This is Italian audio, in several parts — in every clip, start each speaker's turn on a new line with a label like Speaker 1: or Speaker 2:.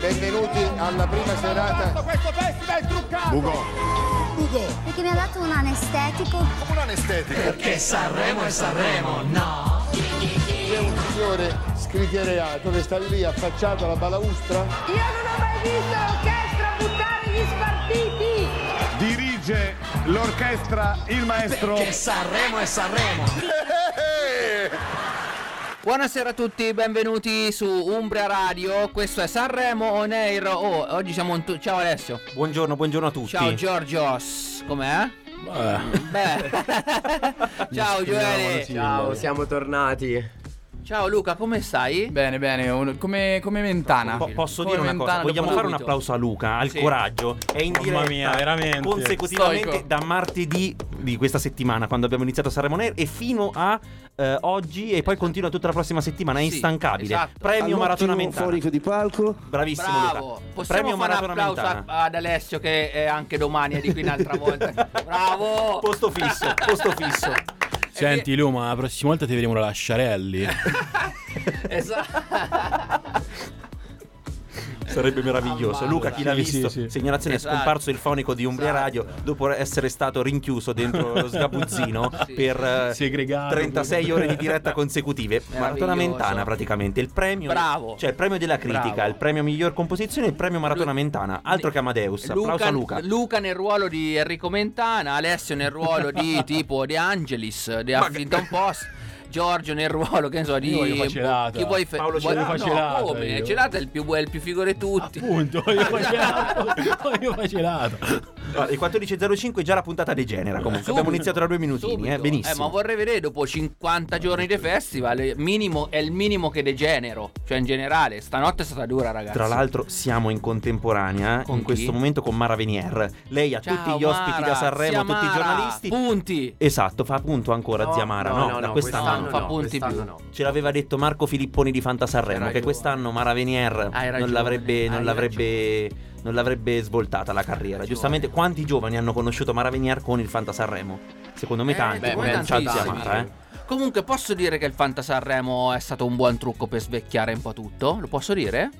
Speaker 1: benvenuti alla prima serata.
Speaker 2: Questo festival è truccato!
Speaker 1: Bugo.
Speaker 3: Perché mi ha dato un anestetico.
Speaker 1: Come un anestetico.
Speaker 4: Che Sanremo è Sanremo, no!
Speaker 1: C'è un signore scriteriato che sta lì affacciato alla balaustra.
Speaker 5: Io non ho mai visto l'orchestra buttare gli spartiti!
Speaker 6: dirige l'orchestra il maestro
Speaker 4: Che Sanremo è Sanremo!
Speaker 7: Buonasera a tutti, benvenuti su Umbria Radio. Questo è Sanremo On Air. Oh, oggi siamo in tu- Ciao Alessio.
Speaker 8: Buongiorno, buongiorno a tutti.
Speaker 7: Ciao Giorgios. Com'è? Beh. Ciao Gioele.
Speaker 9: Ciao, siamo tornati.
Speaker 7: Ciao Luca, come stai?
Speaker 10: Bene, bene, un- come, come Mentana.
Speaker 8: Po- posso
Speaker 10: Come
Speaker 8: dire una cosa?
Speaker 10: Mentana,
Speaker 8: Vogliamo
Speaker 10: dopo
Speaker 8: fare un
Speaker 10: subito.
Speaker 8: applauso a Luca, al
Speaker 7: Sì.
Speaker 8: coraggio. È in
Speaker 6: Mamma
Speaker 8: diretta
Speaker 6: mia, veramente.
Speaker 8: consecutivamente
Speaker 10: Stoico.
Speaker 8: da martedì di questa settimana, quando abbiamo iniziato a Sanremo Nair, e fino a eh, oggi, e poi continua tutta la prossima settimana. È
Speaker 7: Sì,
Speaker 8: instancabile.
Speaker 7: esatto.
Speaker 8: Premio Maratona Mentana.
Speaker 11: di palco.
Speaker 8: Bravissimo,
Speaker 7: Bravo.
Speaker 8: Luca.
Speaker 7: Possiamo
Speaker 8: Premio
Speaker 7: fare un
Speaker 8: Maratona
Speaker 7: applauso
Speaker 8: Mentana.
Speaker 7: a- ad Alessio che è anche domani è di qui un'altra volta. Bravo.
Speaker 8: Posto fisso, posto fisso.
Speaker 6: Eh,
Speaker 7: eh,
Speaker 6: Senti Lu, ma la prossima volta ti vedremo la Lasciarelli.
Speaker 7: Esatto.
Speaker 8: Sarebbe meraviglioso.
Speaker 7: Mamma
Speaker 8: Luca,
Speaker 7: mia.
Speaker 8: chi l'ha
Speaker 6: Sì,
Speaker 8: visto?
Speaker 6: sì, sì.
Speaker 8: Segnalazione:
Speaker 7: Eh, Esatto.
Speaker 8: è scomparso il fonico di Umbria
Speaker 7: Esatto.
Speaker 8: Radio dopo essere stato rinchiuso dentro lo sgabuzzino
Speaker 7: Sì.
Speaker 8: per eh,
Speaker 6: Segregato.
Speaker 8: 36 ore di diretta consecutive. Maratona
Speaker 7: Meraviglioso.
Speaker 8: Mentana, praticamente. Il premio,
Speaker 7: Bravo.
Speaker 8: cioè il premio della critica,
Speaker 7: Bravo.
Speaker 8: il premio miglior composizione, il premio Maratona
Speaker 7: Lu-
Speaker 8: Mentana. Altro che Amadeus. Applauso a Luca.
Speaker 7: nel ruolo di Enrico Mentana, Alessio nel ruolo di tipo De Angelis, di Huffington Post. Giorgio nel ruolo, che ne so, di
Speaker 6: Io voglio Facelata.
Speaker 7: Chi vuoi fe-
Speaker 8: Paolo
Speaker 7: vuoi- Ah,
Speaker 6: Celata.
Speaker 7: No,
Speaker 6: Celata,
Speaker 7: come?
Speaker 6: io.
Speaker 7: Celata è il più, è il più figo di tutti.
Speaker 6: Punto, io facelato. Io facelato.
Speaker 8: Allora, Il 14.05 è già la puntata degenera. Comunque, abbiamo
Speaker 7: Subito.
Speaker 8: iniziato da due minutini.
Speaker 7: Subito.
Speaker 8: Eh, benissimo.
Speaker 7: Eh, ma vorrei vedere dopo 50 giorni di festival, eh, minimo, è il minimo che degenero. Cioè, in generale, stanotte è stata dura, ragazzi.
Speaker 8: Tra l'altro siamo in contemporanea
Speaker 7: Con
Speaker 8: in questo
Speaker 7: chi?
Speaker 8: momento con Mara Venier. Lei ha
Speaker 7: Ciao,
Speaker 8: tutti gli ospiti
Speaker 7: Mara,
Speaker 8: da Sanremo,
Speaker 7: zia
Speaker 8: tutti i
Speaker 7: Mara,
Speaker 8: giornalisti.
Speaker 7: Punti.
Speaker 8: Esatto, fa punto ancora Zia Mara, no? da quest'anno.
Speaker 7: quest'anno fa punti più.
Speaker 9: no.
Speaker 8: Ce l'aveva detto Marco Filipponi di Fanta
Speaker 7: Hai
Speaker 8: Sanremo che
Speaker 7: ragione.
Speaker 8: quest'anno Mara Venier
Speaker 7: Hai
Speaker 8: non
Speaker 7: ragione,
Speaker 8: l'avrebbe, non
Speaker 7: hai
Speaker 8: l'avrebbe, non l'avrebbe svoltata la carriera.
Speaker 7: ragione.
Speaker 8: Giustamente, quanti giovani hanno conosciuto Mara Venier con il Fanta Sanremo? Secondo me
Speaker 7: Eh,
Speaker 8: tanti,
Speaker 7: beh,
Speaker 8: come
Speaker 7: beh,
Speaker 8: ciao Zia
Speaker 7: tantissimi.
Speaker 8: Mara, eh.
Speaker 7: Comunque posso dire che il Fanta Sanremo è stato un buon trucco per svecchiare un po' tutto? Lo posso dire?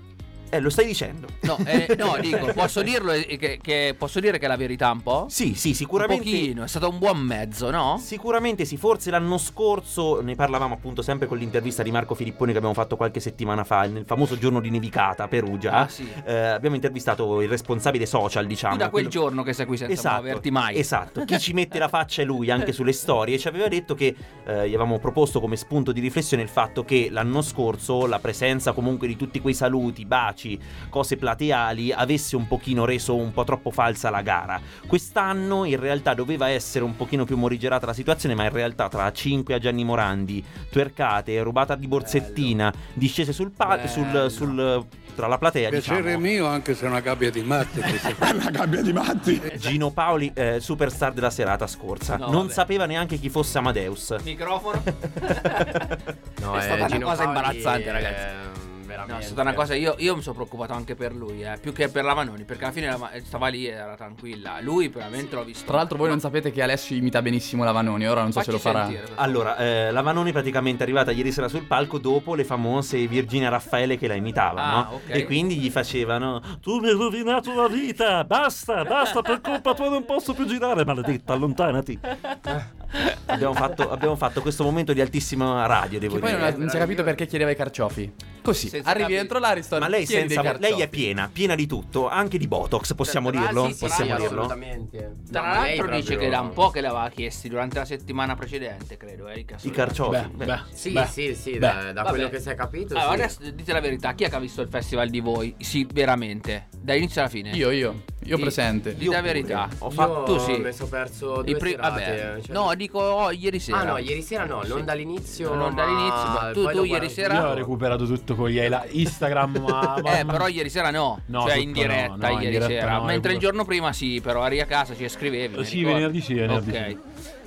Speaker 8: Eh, lo stai dicendo.
Speaker 7: No, eh, no dico, posso dirlo eh, che, che- posso dire che è la verità un po'?
Speaker 8: Sì, sì,
Speaker 7: Un
Speaker 8: sicuramente
Speaker 7: pochino, è stato un buon mezzo, no?
Speaker 8: Sicuramente sì, forse l'anno scorso ne parlavamo appunto sempre con l'intervista di Marco Filipponi che abbiamo fatto qualche settimana fa, nel famoso giorno di nevicata a Perugia.
Speaker 7: Ah, sì.
Speaker 8: Eh, abbiamo intervistato il responsabile social, diciamo.
Speaker 7: Tu da quel
Speaker 8: quello-
Speaker 7: giorno che sei qui senza
Speaker 8: Esatto,
Speaker 7: muoverti mai.
Speaker 8: Esatto, chi ci mette la faccia è lui anche sulle storie. Ci aveva detto che eh, gli avevamo proposto come spunto di riflessione il fatto che l'anno scorso la presenza comunque di tutti quei saluti, baci, cose plateali avesse un pochino reso un po' troppo falsa la gara. Quest'anno in realtà doveva essere un pochino più morigerata la situazione, ma in realtà tra 5 a Gianni Morandi, tuercate, rubata di borsettina, discese sul palco, sul,
Speaker 7: Bello.
Speaker 8: sul- tra la platea,
Speaker 11: Piacere
Speaker 8: diciamo.
Speaker 11: mio anche se è una gabbia di matte. una gabbia di matti.
Speaker 8: Gino Paoli, eh, superstar della serata scorsa.
Speaker 7: No,
Speaker 8: non
Speaker 7: vabbè.
Speaker 8: sapeva neanche chi fosse Amadeus.
Speaker 7: Microfono.
Speaker 9: No,
Speaker 7: è
Speaker 9: eh,
Speaker 7: stata una
Speaker 9: Gino
Speaker 7: cosa
Speaker 9: Paoli,
Speaker 7: imbarazzante,
Speaker 9: eh,
Speaker 7: ragazzi.
Speaker 9: veramente.
Speaker 7: No, è stata una cosa. Io, io mi sono preoccupato anche per lui, eh, più che per la Manoni, perché alla fine la Ma- stava lì e era tranquilla. Lui veramente l'ho visto.
Speaker 10: Tra l'altro voi non sapete che Alessio imita benissimo la Vanoni, ora non so
Speaker 7: Facci
Speaker 10: se lo farà.
Speaker 7: sentire, per favore.
Speaker 8: Allora, eh, la Vanoni praticamente è arrivata ieri sera sul palco dopo le famose Virginia Raffaele che la imitavano.
Speaker 7: Ah, ok.
Speaker 8: E quindi gli facevano: Tu mi hai rovinato la vita, basta, basta, per colpa tua non posso più girare, maledetta, allontanati. abbiamo, fatto, abbiamo fatto questo momento di altissima radio, devo
Speaker 10: Che poi
Speaker 8: dire.
Speaker 10: non, ha- non si è capito perché chiedeva i carciofi. Così,
Speaker 7: Senza
Speaker 10: arrivi
Speaker 7: capire.
Speaker 10: dentro l'Ariston,
Speaker 8: Ma lei,
Speaker 10: chiedi
Speaker 8: senza-
Speaker 10: dei carciofi.
Speaker 8: lei è piena, piena di tutto, anche di Botox, possiamo
Speaker 7: Tra-
Speaker 8: dirlo?
Speaker 7: sì, sì,
Speaker 8: possiamo
Speaker 9: Sì,
Speaker 7: dirlo?
Speaker 9: assolutamente.
Speaker 7: Tra
Speaker 9: No, ma lei
Speaker 7: l'altro dice
Speaker 9: proprio-
Speaker 7: che da un po' che l'aveva chiesti durante la settimana precedente, credo, eh, i
Speaker 8: I
Speaker 7: Cassoli.
Speaker 8: carciofi.
Speaker 6: Beh,
Speaker 8: Beh.
Speaker 6: beh,
Speaker 9: Sì,
Speaker 6: beh.
Speaker 9: sì, sì,
Speaker 6: Beh.
Speaker 9: da, da
Speaker 7: Vabbè. Ah,
Speaker 9: quello che si è capito.
Speaker 7: Allora,
Speaker 9: sì.
Speaker 7: adesso dite la verità, chi è che ha visto il festival di voi? Sì, veramente, da inizio alla fine.
Speaker 10: Io, io, io
Speaker 7: Sì.
Speaker 10: presente.
Speaker 7: Dite la verità.
Speaker 8: Ho
Speaker 9: Io
Speaker 8: fatto-
Speaker 7: tu sì.
Speaker 9: mi sono perso due
Speaker 7: I pri-
Speaker 9: serate,
Speaker 7: vabbè.
Speaker 9: cioè-
Speaker 7: No, dico oh, ieri sera.
Speaker 9: Ah no, ieri sera no, non
Speaker 7: Sì.
Speaker 9: dall'inizio
Speaker 7: Non dall'inizio, ma tu-
Speaker 9: poi
Speaker 7: tu
Speaker 9: lo
Speaker 7: ieri
Speaker 9: guardo.
Speaker 7: sera-
Speaker 6: Io ho recuperato tutto con gli highlight- Instagram. ma- ma-
Speaker 7: Eh, però ieri sera no,
Speaker 6: No,
Speaker 7: cioè
Speaker 6: tutto
Speaker 7: in
Speaker 6: no,
Speaker 7: diretta
Speaker 6: no, in
Speaker 7: ieri
Speaker 6: diretta
Speaker 7: sera,
Speaker 6: no,
Speaker 7: mentre
Speaker 6: io-
Speaker 7: il giorno prima sì, però eri a casa, ci scrivevi. mi
Speaker 6: Sì,
Speaker 7: ricordo.
Speaker 6: venerdì sì, venerdì
Speaker 7: Ok.
Speaker 6: sì.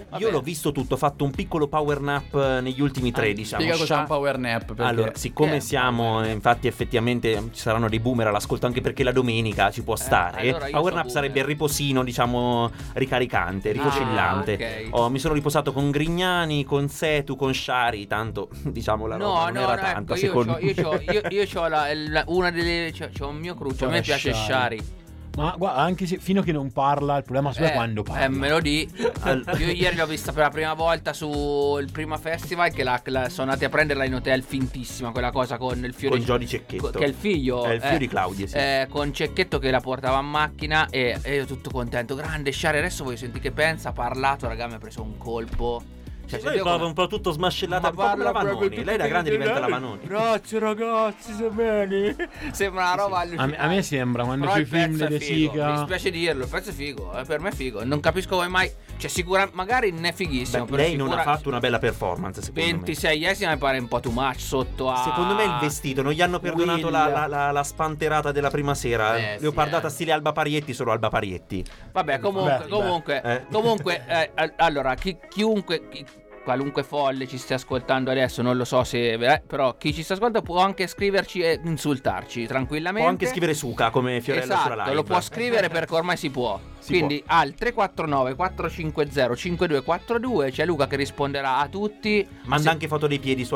Speaker 7: Ma
Speaker 8: Io l'ho visto tutto, ho fatto un piccolo power nap eh, negli
Speaker 7: Ah,
Speaker 8: ultimi tre, diciamo.
Speaker 10: Spiega cos'è
Speaker 8: Sha-
Speaker 10: un power nap. Perché...
Speaker 8: Allora,
Speaker 7: Che è Ah,
Speaker 8: siccome
Speaker 7: un
Speaker 8: siamo, eh, infatti, effettivamente mm, ci saranno dei boomer all'ascolto anche perché la domenica ci può stare.
Speaker 7: Eh, allora io
Speaker 8: Power
Speaker 7: so
Speaker 8: nap sarebbe il
Speaker 7: boomer.
Speaker 8: riposino, diciamo, ricaricante, rifocillante.
Speaker 7: Ah, ok.
Speaker 8: Oh, mi sono riposato con Grignani, con Setu, con Shari. Tanto, diciamo, la roba
Speaker 7: No,
Speaker 8: non
Speaker 7: no, no,
Speaker 8: era
Speaker 7: ecco,
Speaker 8: tanta,
Speaker 7: io
Speaker 8: secondo
Speaker 7: c'ho, io
Speaker 8: me. Cioè,
Speaker 7: c'ho, io, io c'ho la, la- una delle. C'ho, c'ho un mio cruccio. A me piace Shari.
Speaker 6: Ma guarda, anche se fino a che non parla, il problema è
Speaker 7: Eh,
Speaker 6: quando parla.
Speaker 7: Eh, me lo di.
Speaker 8: Al-
Speaker 7: Io ieri l'ho vista per la prima volta sul prima festival. Che la, la- sono andati a prenderla in hotel fintissima, quella cosa con il fiore.
Speaker 8: Con Jody Cecchetto.
Speaker 7: Che è il figlio.
Speaker 8: È il figlio
Speaker 7: eh,
Speaker 8: di Claudia, sì.
Speaker 7: eh, con Cecchetto che la portava a macchina e, e io tutto contento. Grande Shari, adesso voglio sentire che pensa. Ha parlato, raga, mi ha preso un colpo.
Speaker 8: Cioè,
Speaker 7: sentivo
Speaker 8: lei parla
Speaker 7: come-
Speaker 8: un po' tutto smascellata,
Speaker 7: Ma
Speaker 8: un po' come la
Speaker 7: parla proprio
Speaker 8: Vanoni.
Speaker 7: tutto
Speaker 8: Lei da grande diventa la
Speaker 7: italiano.
Speaker 8: Vanoni.
Speaker 7: Grazie ragazzi, se bene. Sembra una roba
Speaker 6: A me-
Speaker 7: allucinante.
Speaker 6: a me sembra, quando
Speaker 7: Però
Speaker 6: sui
Speaker 7: il pezzo
Speaker 6: film
Speaker 7: è
Speaker 6: delle
Speaker 7: figo,
Speaker 6: siga-
Speaker 7: Mi dispiace dirlo, il pezzo è figo, eh, per me è figo. Non capisco come mai. Cioè, sicuramente magari ne è
Speaker 8: Beh,
Speaker 7: fighissimo. però
Speaker 8: lei non ha
Speaker 7: sicura-
Speaker 8: fatto una bella performance, secondo me.
Speaker 7: 26esima mi pare un po' too much sotto a.
Speaker 8: Secondo me il vestito, non gli hanno perdonato
Speaker 7: Will.
Speaker 8: la, la- la- la spanterata della prima sera.
Speaker 7: Eh, sì,
Speaker 8: Leopardata
Speaker 7: eh.
Speaker 8: stile Alba Parietti, solo Alba Parietti.
Speaker 7: Vabbè, comunque,
Speaker 6: Beh,
Speaker 7: comunque,
Speaker 8: beh, eh.
Speaker 7: comunque, eh, al- allora, chi- chiunque, chi- qualunque folle ci stia ascoltando adesso, non lo so se, eh, però chi ci sta ascoltando può anche scriverci e insultarci tranquillamente.
Speaker 8: Può anche scrivere Suca come Fiorella
Speaker 7: esatto,
Speaker 8: sulla live.
Speaker 7: lo può scrivere perché ormai si può.
Speaker 8: Si
Speaker 7: Quindi al 349 450 5242 c'è Luca che risponderà a tutti.
Speaker 8: Manda
Speaker 7: Se-
Speaker 8: anche foto dei piedi su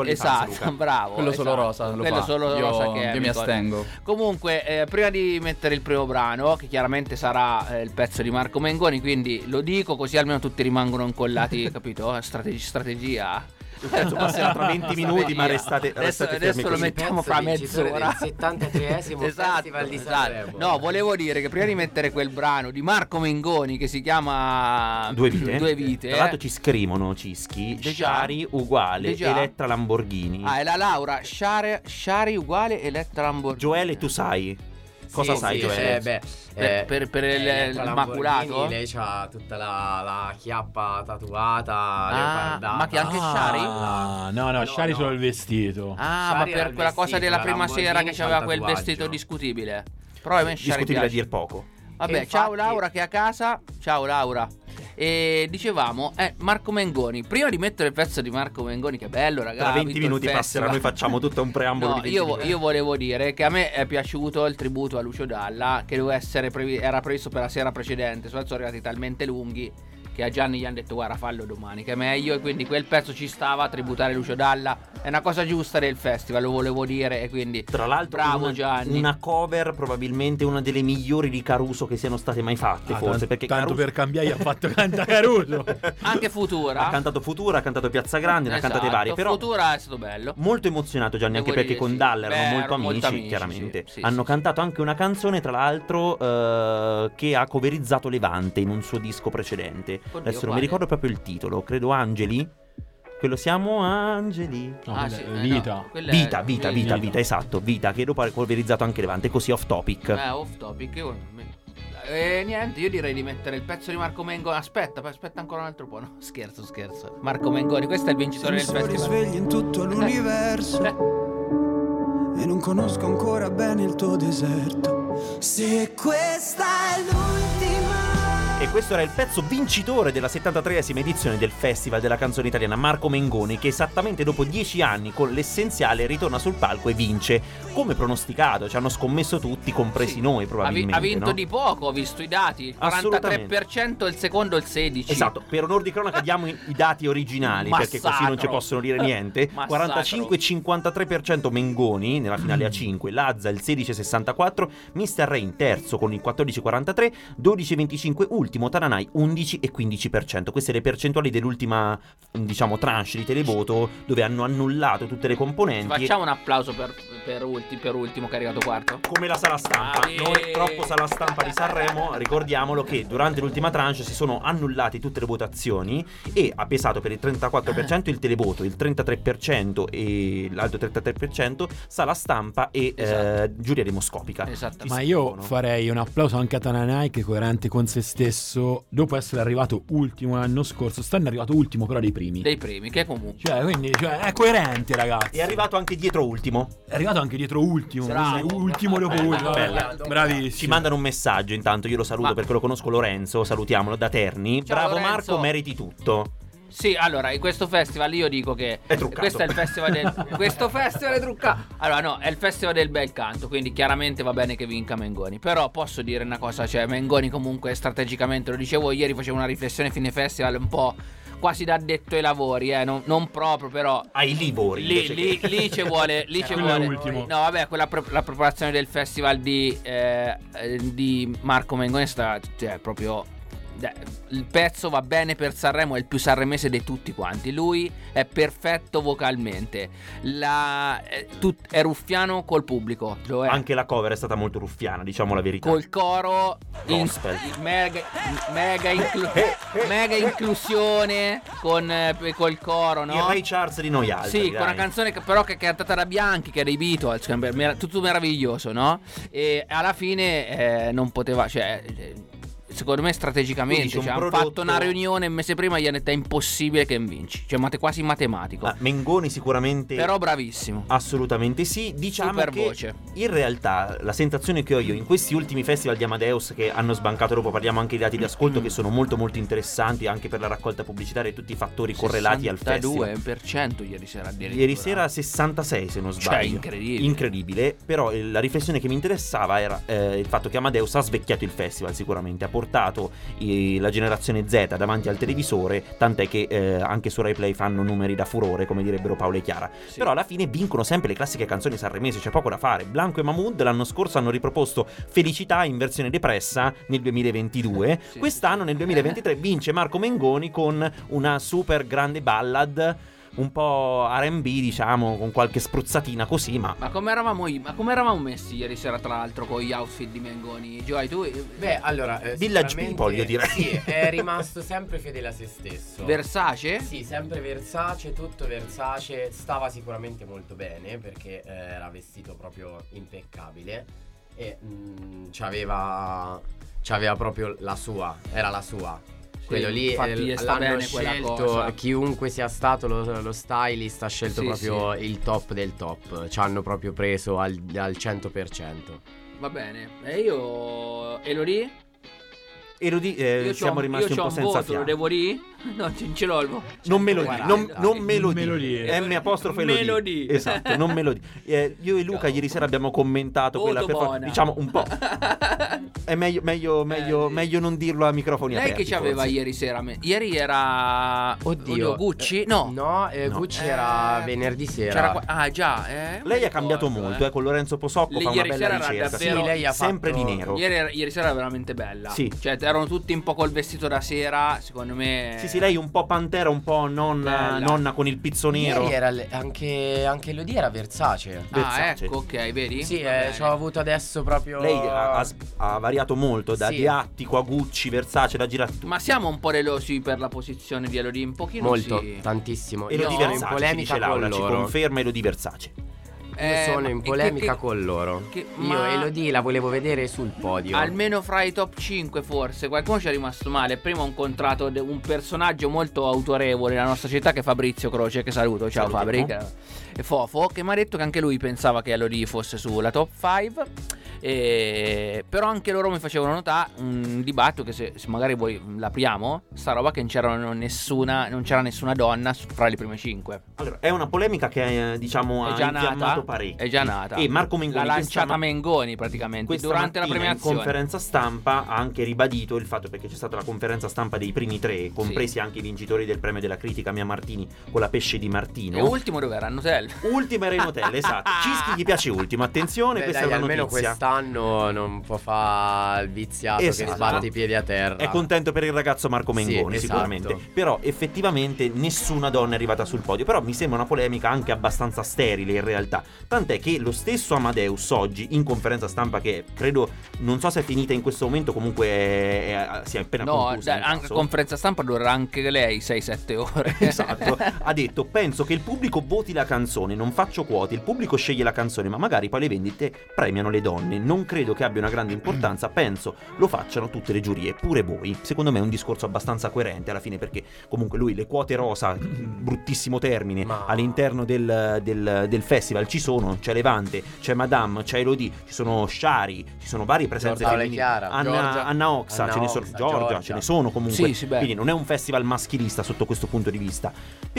Speaker 7: Esatto,
Speaker 8: OnlyFans, Luca.
Speaker 7: bravo.
Speaker 10: Quello solo
Speaker 7: esatto.
Speaker 10: rosa lo
Speaker 7: Quello
Speaker 10: fa.
Speaker 7: solo
Speaker 10: io,
Speaker 7: rosa che è,
Speaker 10: io mi
Speaker 7: ricordo.
Speaker 10: astengo.
Speaker 7: Comunque, eh, prima di mettere il primo brano, che chiaramente sarà eh, il pezzo di Marco Mengoni, quindi lo dico così almeno tutti rimangono incollati, capito? Strategi- strategia.
Speaker 8: Adesso passerà tra 20 minuti, ma
Speaker 7: Strategia.
Speaker 8: restate,
Speaker 7: adesso,
Speaker 8: restate
Speaker 7: adesso
Speaker 8: fermi
Speaker 7: lo
Speaker 8: così.
Speaker 7: mettiamo
Speaker 9: Il pezzo
Speaker 7: fra
Speaker 9: vincitore
Speaker 7: mezz'ora. Esatto,
Speaker 9: del 73esimo Festival di Sanremo.
Speaker 7: No, volevo dire che prima di mettere quel brano di Marco Mengoni che si chiama
Speaker 8: Due vite. eh.
Speaker 7: Due vite eh.
Speaker 8: Tra l'altro ci scrivono Cischi,
Speaker 7: Già.
Speaker 8: Sciari uguale,
Speaker 7: Già.
Speaker 8: Elettra Lamborghini.
Speaker 7: Ah, è la Laura Shari, Shari uguale Elettra Lamborghini.
Speaker 8: Joele, tu sai. Cosa
Speaker 9: Sì,
Speaker 8: sai,
Speaker 9: sì,
Speaker 8: Joele?
Speaker 9: eh, beh,
Speaker 7: Per-
Speaker 9: eh,
Speaker 7: per- per
Speaker 9: eh,
Speaker 7: il-
Speaker 9: Elettra
Speaker 7: l'immaculato?
Speaker 9: Lamborghini, Lei ha tutta la, la chiappa tatuata, leopardata.
Speaker 7: Ah, ma che anche Shari?
Speaker 6: Ah, no, no,
Speaker 9: No,
Speaker 6: Shari
Speaker 9: no.
Speaker 6: solo il vestito.
Speaker 7: Ah, ma
Speaker 9: Shari era
Speaker 7: per
Speaker 9: il
Speaker 7: quella cosa
Speaker 9: vestito,
Speaker 7: della
Speaker 9: la
Speaker 7: prima sera che
Speaker 9: Lamborghini
Speaker 7: c'aveva
Speaker 9: c'ha
Speaker 7: quel
Speaker 9: il tatuaggio.
Speaker 7: vestito discutibile. Probabilmente Shari
Speaker 8: Discutibile a
Speaker 7: piace.
Speaker 8: dir poco.
Speaker 7: Vabbè,
Speaker 9: Che infatti-
Speaker 7: ciao Laura che è a casa. Ciao Laura. E dicevamo, eh, Marco Mengoni, prima di mettere il pezzo di Marco Mengoni, che bello ragazzi.
Speaker 8: Tra 20 minuti passerà, noi facciamo tutto un preambolo
Speaker 7: No,
Speaker 8: di 20
Speaker 7: io, vo-
Speaker 8: minuti.
Speaker 7: io volevo dire che a me è piaciuto il tributo a Lucio Dalla che doveva essere previ- era previsto per la sera precedente, sono sono arrivati talmente lunghi che a Gianni gli hanno detto guarda fallo domani che è meglio e quindi quel pezzo ci stava a tributare Lucio Dalla, è una cosa giusta del festival, lo volevo dire e quindi
Speaker 8: Tra l'altro,
Speaker 7: bravo
Speaker 8: una,
Speaker 7: Gianni.
Speaker 8: una cover probabilmente una delle migliori di Caruso che siano state mai fatte,
Speaker 6: Ah,
Speaker 8: forse.
Speaker 6: tan-
Speaker 8: perché
Speaker 6: tanto
Speaker 8: Caruso
Speaker 6: per cambiare ha fatto canta Caruso.
Speaker 7: Anche
Speaker 8: ha
Speaker 7: Futura.
Speaker 8: cantato Futura, ha cantato Piazza Grande, ne ha
Speaker 7: Esatto,
Speaker 8: cantate varie. Però
Speaker 7: Futura è stato bello.
Speaker 8: molto emozionato Gianni,
Speaker 7: Devo
Speaker 8: anche perché
Speaker 7: dire,
Speaker 8: con
Speaker 7: sì.
Speaker 8: Dalla erano
Speaker 7: Beh,
Speaker 8: molto
Speaker 7: erano
Speaker 8: amici,
Speaker 7: molto amici,
Speaker 8: chiaramente.
Speaker 7: sì, sì,
Speaker 8: Hanno
Speaker 7: sì,
Speaker 8: cantato anche una canzone, tra l'altro, eh, che ha coverizzato Levante in un suo disco precedente.
Speaker 7: Oddio,
Speaker 8: Adesso non mi
Speaker 7: quale?
Speaker 8: ricordo proprio il titolo, credo Angeli. Quello siamo Angeli.
Speaker 6: No,
Speaker 7: Ah,
Speaker 6: quella-
Speaker 7: sì, eh, no,
Speaker 6: vita.
Speaker 7: quella è-
Speaker 8: Vita, vita, vita,
Speaker 6: Vita.
Speaker 8: vita, esatto, vita, che dopo ha coverizzato anche Levante, così off topic.
Speaker 7: Eh, off topic. io- Eh, niente, io direi di mettere il pezzo di Marco Mengoni. Aspetta, aspetta ancora un altro po'. No, scherzo, scherzo. Marco Mengoni, questo è il vincitore del
Speaker 2: Mi
Speaker 7: festival. Eh,
Speaker 2: risvegli in tutto l'universo e non conosco ancora bene il tuo deserto. Se questa è l'ultima.
Speaker 8: E questo era il pezzo vincitore della 73esima edizione del Festival della canzone italiana Marco Mengoni che esattamente dopo 10 anni con l'essenziale ritorna sul palco e vince. Come pronosticato, ci hanno scommesso tutti, compresi
Speaker 7: Sì.
Speaker 8: noi
Speaker 7: Ha, vi-
Speaker 8: probabilmente.
Speaker 7: ha vinto
Speaker 8: no?
Speaker 7: di poco, ho visto i dati. Il
Speaker 8: Assolutamente.
Speaker 7: 43%, il secondo il 16%.
Speaker 8: Esatto, per onor di cronaca diamo i i dati originali perché così non ci
Speaker 7: Massacro.
Speaker 8: possono dire niente.
Speaker 7: Massacro.
Speaker 8: 45-53% Mengoni nella finale a 5, Lazza il 16-64, Mr. Rain terzo con il 14-43, 12-25 ultimo, Taranai 11-15%. Queste le percentuali dell'ultima diciamo tranche di televoto dove hanno annullato tutte le componenti.
Speaker 7: Facciamo un applauso per, per, ulti- per ultimo che è arrivato quarto.
Speaker 8: come la sala stampa.
Speaker 7: Bravi.
Speaker 8: Noi troppo sala stampa di Sanremo, ricordiamolo che durante l'ultima tranche si sono annullate tutte le votazioni e ha pesato per il 34% il televoto, il 33% e l'altro 33% sala stampa e
Speaker 7: Esatto.
Speaker 8: eh, giuria demoscopica.
Speaker 7: Esatto.
Speaker 6: Ma io
Speaker 8: Sono.
Speaker 6: farei un applauso anche a Tananai che è coerente con se stesso, dopo essere arrivato ultimo l'anno scorso, stanno arrivato ultimo però dei primi.
Speaker 7: Dei primi, che comunque.
Speaker 6: Cioè, quindi cioè, è coerente ragazzi.
Speaker 8: È arrivato anche dietro ultimo.
Speaker 6: È arrivato anche dietro ultimo,
Speaker 7: Bravo.
Speaker 6: quindi ultimo dopo
Speaker 7: Bella,
Speaker 6: ultimo.
Speaker 8: bella.
Speaker 6: Bravissimo.
Speaker 8: Ci mandano un messaggio intanto, io lo saluto
Speaker 7: Ma-
Speaker 8: perché lo conosco Lorenzo, salutiamolo da Terni.
Speaker 7: Ciao,
Speaker 8: Bravo
Speaker 7: Lorenzo.
Speaker 8: Marco, meriti tutto.
Speaker 7: Sì, allora, in questo festival io dico che questo è il festival del questo festival è truccato. Allora, no, è il festival del bel canto, quindi chiaramente va bene che vinca Mengoni, però posso dire una cosa, cioè Mengoni comunque strategicamente lo dicevo ieri, facevo una riflessione fine festival un po' quasi da detto ai lavori, eh, non, non proprio però
Speaker 8: ai livori
Speaker 7: lì,
Speaker 8: invece
Speaker 7: lì,
Speaker 8: che-
Speaker 7: lì ci vuole lì
Speaker 8: Eh,
Speaker 7: ci
Speaker 8: quello è
Speaker 7: vuole
Speaker 8: l'ultimo.
Speaker 7: no vabbè quella pre- la preparazione del festival di, eh, eh, di Marco Mengoni è stata cioè, proprio eh, il pezzo va bene per Sanremo, è il più sanremese di tutti quanti. Lui è perfetto vocalmente. La- eh, tut- è ruffiano col pubblico, lo è.
Speaker 8: Anche la cover è stata molto ruffiana, diciamo la verità.
Speaker 7: Col coro in-
Speaker 8: Gospel.
Speaker 7: mega, mega, inclu- mega inclusione con, eh, col coro, no?
Speaker 8: Il Ray Charles di noi altri.
Speaker 7: Sì, con una
Speaker 8: dai.
Speaker 7: canzone che, però che è cantata da Bianchi, che era i Beatles, che era mer- tutto meraviglioso, no? E alla fine eh, non poteva, cioè, eh, secondo me strategicamente,
Speaker 8: Quindi c'è
Speaker 7: cioè,
Speaker 8: un
Speaker 7: hanno
Speaker 8: prodotto-
Speaker 7: fatto una riunione un mese prima e gli hanno detto è impossibile che vinci, cioè mate- quasi matematico.
Speaker 8: Ma Ah, Mengoni sicuramente.
Speaker 7: Però bravissimo.
Speaker 8: Assolutamente sì. Diciamo
Speaker 7: Super
Speaker 8: che
Speaker 7: voce.
Speaker 8: in realtà la sensazione che ho io in questi ultimi festival di Amadeus che hanno sbancato, dopo parliamo anche dei dati di ascolto che sono molto molto interessanti anche per la raccolta pubblicitaria e tutti i fattori correlati al festival.
Speaker 7: 62% ieri sera addirittura. Cioè,
Speaker 8: Ieri sera 66 se non sbaglio.
Speaker 7: incredibile.
Speaker 8: Incredibile, però eh, la riflessione che mi interessava era eh, il fatto che Amadeus ha svecchiato il festival sicuramente, ha portato eh, la generazione Z davanti al televisore, tant'è che eh, anche su RaiPlay fanno numeri da furore, come direbbero Paolo e Chiara. Però alla fine vincono sempre le classiche canzoni sanremese, c'è poco da fare. Blanco e Mahmood l'anno scorso hanno riproposto Felicità in versione depressa nel 2022, quest'anno nel 2023 vince Marco Mengoni con una super grande ballad un po' RB, diciamo, con qualche spruzzatina così, ma.
Speaker 7: Ma come eravamo, i- ma come eravamo messi ieri sera, tra l'altro, con gli outfit di Mengoni? Joy, tu.
Speaker 9: Beh, allora. eh,
Speaker 8: Village
Speaker 9: sicuramente-
Speaker 8: People, io direi.
Speaker 9: Sì, è rimasto sempre fedele a se stesso.
Speaker 7: Versace?
Speaker 9: Eh Sì, sempre Versace, tutto Versace. Stava sicuramente molto bene perché eh, era vestito proprio impeccabile. E mh, c'aveva. C'aveva proprio la sua. Era la sua. Quello lì
Speaker 7: infatti,
Speaker 9: eh,
Speaker 7: gli sta
Speaker 9: l'hanno
Speaker 7: bene quella cosa.
Speaker 9: scelto, chiunque sia stato lo, lo stylist ha scelto
Speaker 7: Sì,
Speaker 9: proprio
Speaker 7: sì.
Speaker 9: il top del top, ci hanno proprio preso al, al 100%.
Speaker 7: Va bene. E io. Elodie?
Speaker 8: Elodie, eh,
Speaker 7: Io
Speaker 8: siamo
Speaker 7: c'ho- io
Speaker 8: rimasti un
Speaker 7: c'ho
Speaker 8: po' senza
Speaker 7: voto,
Speaker 8: fiato.
Speaker 7: Lo devo lì? No, ce ce l'ho il voto.
Speaker 8: Non me lo di,
Speaker 7: Guarda,
Speaker 8: non,
Speaker 7: dai.
Speaker 8: non me lo di.
Speaker 6: Melodie.
Speaker 8: M apostrofo
Speaker 7: Me lo
Speaker 8: Elodie.
Speaker 7: di.
Speaker 8: Esatto, non me lo di. Eh, io e Luca ieri sera abbiamo commentato
Speaker 7: Voto
Speaker 8: quella
Speaker 7: buona.
Speaker 8: performance. Diciamo un po'. È meglio, meglio, meglio, meglio non dirlo a microfoni
Speaker 7: Eh, Lei
Speaker 8: aperti.
Speaker 7: che c'aveva
Speaker 8: forse.
Speaker 7: ieri sera? me- Ieri era. Oddio, Gucci? No.
Speaker 9: No, eh, Gucci era venerdì sera.
Speaker 7: C'era qua- Ah, già. Eh?
Speaker 8: Lei ha cambiato molto, eh, con Lorenzo Posocco
Speaker 7: Lei
Speaker 8: fa una
Speaker 7: ieri
Speaker 8: bella
Speaker 7: sera era
Speaker 8: ricerca.
Speaker 7: davvero- Sì, lei ha
Speaker 8: sempre
Speaker 7: fatto-
Speaker 8: di nero.
Speaker 7: Ieri, era- ieri sera era veramente bella.
Speaker 8: Sì.
Speaker 7: Cioè, erano tutti un po' col vestito da sera. Secondo me.
Speaker 8: Sì, sì, lei un po' pantera, un po' nonna,
Speaker 7: Bella.
Speaker 8: nonna con il pizzo nero.
Speaker 9: Ieri era le- anche, anche Elodie era Versace.
Speaker 7: Ah,
Speaker 8: Versace.
Speaker 7: ecco, ok, vedi?
Speaker 9: Sì,
Speaker 7: Va
Speaker 9: eh,
Speaker 7: bene.
Speaker 9: ci ho avuto adesso proprio.
Speaker 8: Lei ha, ha s- ha variato molto da
Speaker 9: Sì.
Speaker 8: Diattico a Gucci, Versace, da girati
Speaker 7: Ma siamo un po' delusi per la posizione di Elodie? Un pochino
Speaker 9: Molto,
Speaker 7: sì.
Speaker 9: tantissimo.
Speaker 8: E
Speaker 9: Io
Speaker 8: lo di
Speaker 9: sono in
Speaker 8: Versace, ci
Speaker 9: polemica
Speaker 8: dice
Speaker 9: con
Speaker 8: Laura, ci
Speaker 9: loro.
Speaker 8: conferma e lo di Versace.
Speaker 7: Eh,
Speaker 9: Io sono
Speaker 7: ma-
Speaker 9: in
Speaker 7: e che-
Speaker 9: polemica
Speaker 7: che-
Speaker 9: con loro.
Speaker 7: che-
Speaker 9: Io
Speaker 7: ma-
Speaker 9: Elodie la volevo vedere sul podio.
Speaker 7: Almeno fra i top 5 forse Qualcuno ci è rimasto male Prima ho incontrato de- un personaggio molto autorevole Nella nostra città che è Fabrizio Croce Che saluto, ciao Fabri
Speaker 8: Salutiamo.
Speaker 7: che- E Fofo Che mi ha detto che anche lui pensava che Elodie fosse sulla top 5 e... Però anche loro mi facevano notare un dibattito che se, se magari voi l'apriamo Sta roba che non c'era nessuna, non c'era nessuna donna su- fra le prime 5
Speaker 8: Allora, è una polemica che eh, diciamo
Speaker 7: È
Speaker 8: ha
Speaker 7: già nata
Speaker 8: infiammato parecchio.
Speaker 7: È già nata
Speaker 8: E Marco Mengoni
Speaker 7: L'ha lanciata
Speaker 8: questa ma-
Speaker 7: Mengoni praticamente
Speaker 8: questa
Speaker 7: Durante la
Speaker 8: mattina
Speaker 7: premiazione
Speaker 8: in conferenza stampa ha anche ribadito il fatto perché c'è stata la conferenza stampa dei primi tre, compresi anche i vincitori del premio della critica Mia Martini con la pesce di Martino.
Speaker 7: E ultimo dov'era? Notel
Speaker 8: Ultima era in hotel, esatto. Cischi gli piace ultimo, attenzione,
Speaker 9: Beh,
Speaker 8: questa
Speaker 9: dai,
Speaker 8: è una
Speaker 9: almeno
Speaker 8: notizia.
Speaker 9: quest'anno non può fare il viziato
Speaker 8: Esatto.
Speaker 9: che sbatte i piedi a terra.
Speaker 8: È contento per il ragazzo Marco
Speaker 9: Sì,
Speaker 8: Mengoni,
Speaker 9: esatto.
Speaker 8: sicuramente. Però effettivamente nessuna donna è arrivata sul podio. Però mi sembra una polemica anche abbastanza sterile in realtà. Tant'è che lo stesso Amadeus oggi, in conferenza stampa, che credo, non so se è finita in questo momento, comunque è, è- si è appena
Speaker 7: No,
Speaker 8: conclusa.
Speaker 9: cioè,
Speaker 7: dai,
Speaker 8: nel
Speaker 7: anche
Speaker 8: caso.
Speaker 7: conferenza stampa durerà anche lei 6-7 ore.
Speaker 8: Esatto, ha detto: Penso che il pubblico voti la canzone, non faccio quote. Il pubblico sceglie la canzone, ma magari poi le vendite premiano le donne. non credo che abbia una grande importanza, penso lo facciano tutte le giurie, pure voi. Secondo me è un discorso abbastanza coerente alla fine perché comunque lui le quote rosa, bruttissimo termine, all'interno del, del- del festival ci sono, c'è Levante, c'è Madame, c'è Elodie, ci sono Shari, ci sono varie presenze
Speaker 9: Paola e
Speaker 8: femminili,
Speaker 9: Chiara,
Speaker 8: Anna,
Speaker 9: Giorgia.
Speaker 8: Anna Oxa,
Speaker 9: Anna
Speaker 8: ce ne sono,
Speaker 9: Oxa,
Speaker 8: Giorgia,
Speaker 9: Giorgia.
Speaker 8: ce ne sono comunque,
Speaker 7: Sì, sì, beh.
Speaker 8: quindi non è un festival maschilista sotto questo punto di vista,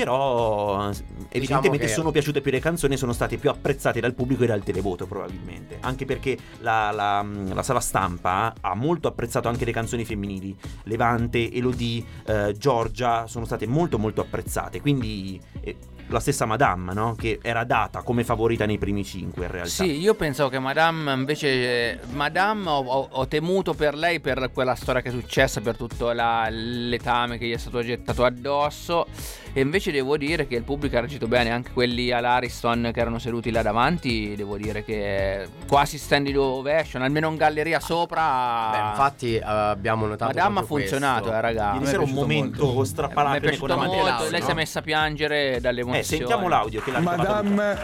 Speaker 8: però eh,
Speaker 7: Diciamo
Speaker 8: evidentemente
Speaker 9: che-
Speaker 8: sono piaciute più le canzoni, sono state più apprezzate dal pubblico e dal televoto probabilmente, anche perché la, la- la sala stampa ha molto apprezzato anche le canzoni femminili, Levante, Elodie, eh, Giorgia sono state molto molto apprezzate, quindi eh, la stessa Madame no? che era data come favorita nei primi cinque in realtà.
Speaker 7: Sì, io pensavo che Madame invece. Madame ho, ho- ho temuto per lei per quella storia che è successa, per tutto la- l'etame che gli è stato gettato addosso. E invece devo dire che il pubblico ha reagito bene, anche quelli all'Ariston che erano seduti là davanti. Devo dire che quasi standing ovation, almeno in galleria sopra.
Speaker 9: Beh, infatti eh, abbiamo notato
Speaker 7: Madame ha
Speaker 9: proprio
Speaker 7: funzionato,
Speaker 9: questo.
Speaker 7: eh, raga.
Speaker 8: Ieri sera un momento strappalacrime
Speaker 7: Mi è piaciuto
Speaker 8: con la
Speaker 7: molto,
Speaker 8: Madeleine,
Speaker 7: lei
Speaker 8: no?
Speaker 7: si è messa a piangere dall'emozione.
Speaker 8: Eh, sentiamo l'audio che l'ha ritrovato Luca.
Speaker 12: Madame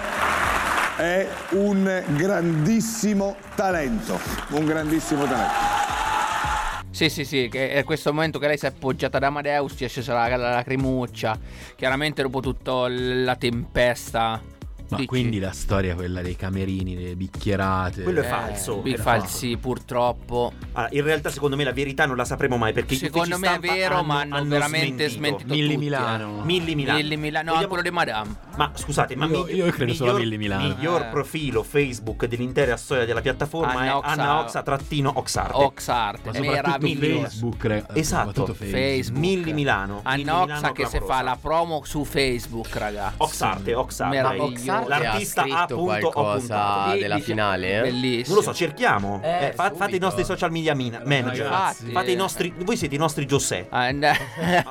Speaker 12: è un grandissimo talento, un grandissimo talento.
Speaker 7: Sì, sì, sì, che è questo momento che lei si è appoggiata ad Amadeus, ci è scesa la, la lacrimuccia. Chiaramente dopo tutta la tempesta.
Speaker 6: Ma
Speaker 7: Dici-
Speaker 6: quindi la storia quella dei camerini, le bicchierate.
Speaker 8: Quello è
Speaker 7: Eh,
Speaker 8: falso.
Speaker 7: i
Speaker 8: Era
Speaker 7: falsi, purtroppo.
Speaker 8: Allora, in realtà, secondo me, la verità non la sapremo mai perché gli
Speaker 7: Secondo
Speaker 8: uffici
Speaker 7: me è
Speaker 8: stampa
Speaker 7: vero,
Speaker 8: hanno-
Speaker 7: ma hanno,
Speaker 8: hanno
Speaker 7: veramente smentito,
Speaker 8: smentito.
Speaker 6: Milli
Speaker 7: tutti,
Speaker 6: Milano.
Speaker 7: eh.
Speaker 8: Milli Milano.
Speaker 7: Milli Milano, no,
Speaker 8: Vogliamo-
Speaker 7: quello di Madame.
Speaker 8: Ma scusate, ma
Speaker 6: Io-
Speaker 8: migli-
Speaker 6: io credo solo a Milli Milano.
Speaker 8: miglior
Speaker 7: Eh.
Speaker 8: profilo Facebook dell'intera storia della piattaforma
Speaker 7: Anna
Speaker 8: è
Speaker 7: Oxa-
Speaker 8: Anna Oxa trattino Oxarte.
Speaker 7: Oxart,
Speaker 6: Ma
Speaker 7: è
Speaker 6: soprattutto
Speaker 7: meraviglioso.
Speaker 6: Facebook. re-
Speaker 8: Esatto.
Speaker 6: soprattutto
Speaker 7: Facebook.
Speaker 8: Milli Milano. Milli
Speaker 7: Anna
Speaker 8: Milano
Speaker 7: Oxa che se
Speaker 8: clamorosa.
Speaker 7: fa la promo su Facebook, ragazzi.
Speaker 8: Oxarte, Oxarte.
Speaker 7: Meraviglioso.
Speaker 8: dai.
Speaker 7: Oxarte
Speaker 9: ha
Speaker 8: L'artista
Speaker 9: scritto
Speaker 8: A. punto, O.
Speaker 9: qualcosa
Speaker 8: puntato.
Speaker 9: della finale, eh?
Speaker 7: Bellissimo.
Speaker 8: Non lo so, cerchiamo.
Speaker 9: Eh,
Speaker 8: Eh, fa- fate i
Speaker 9: subito.
Speaker 8: nostri social media min- manager.
Speaker 7: Ragazzi.
Speaker 8: Fate i nostri. Voi siete i nostri Giuseppe.
Speaker 7: Ah, n-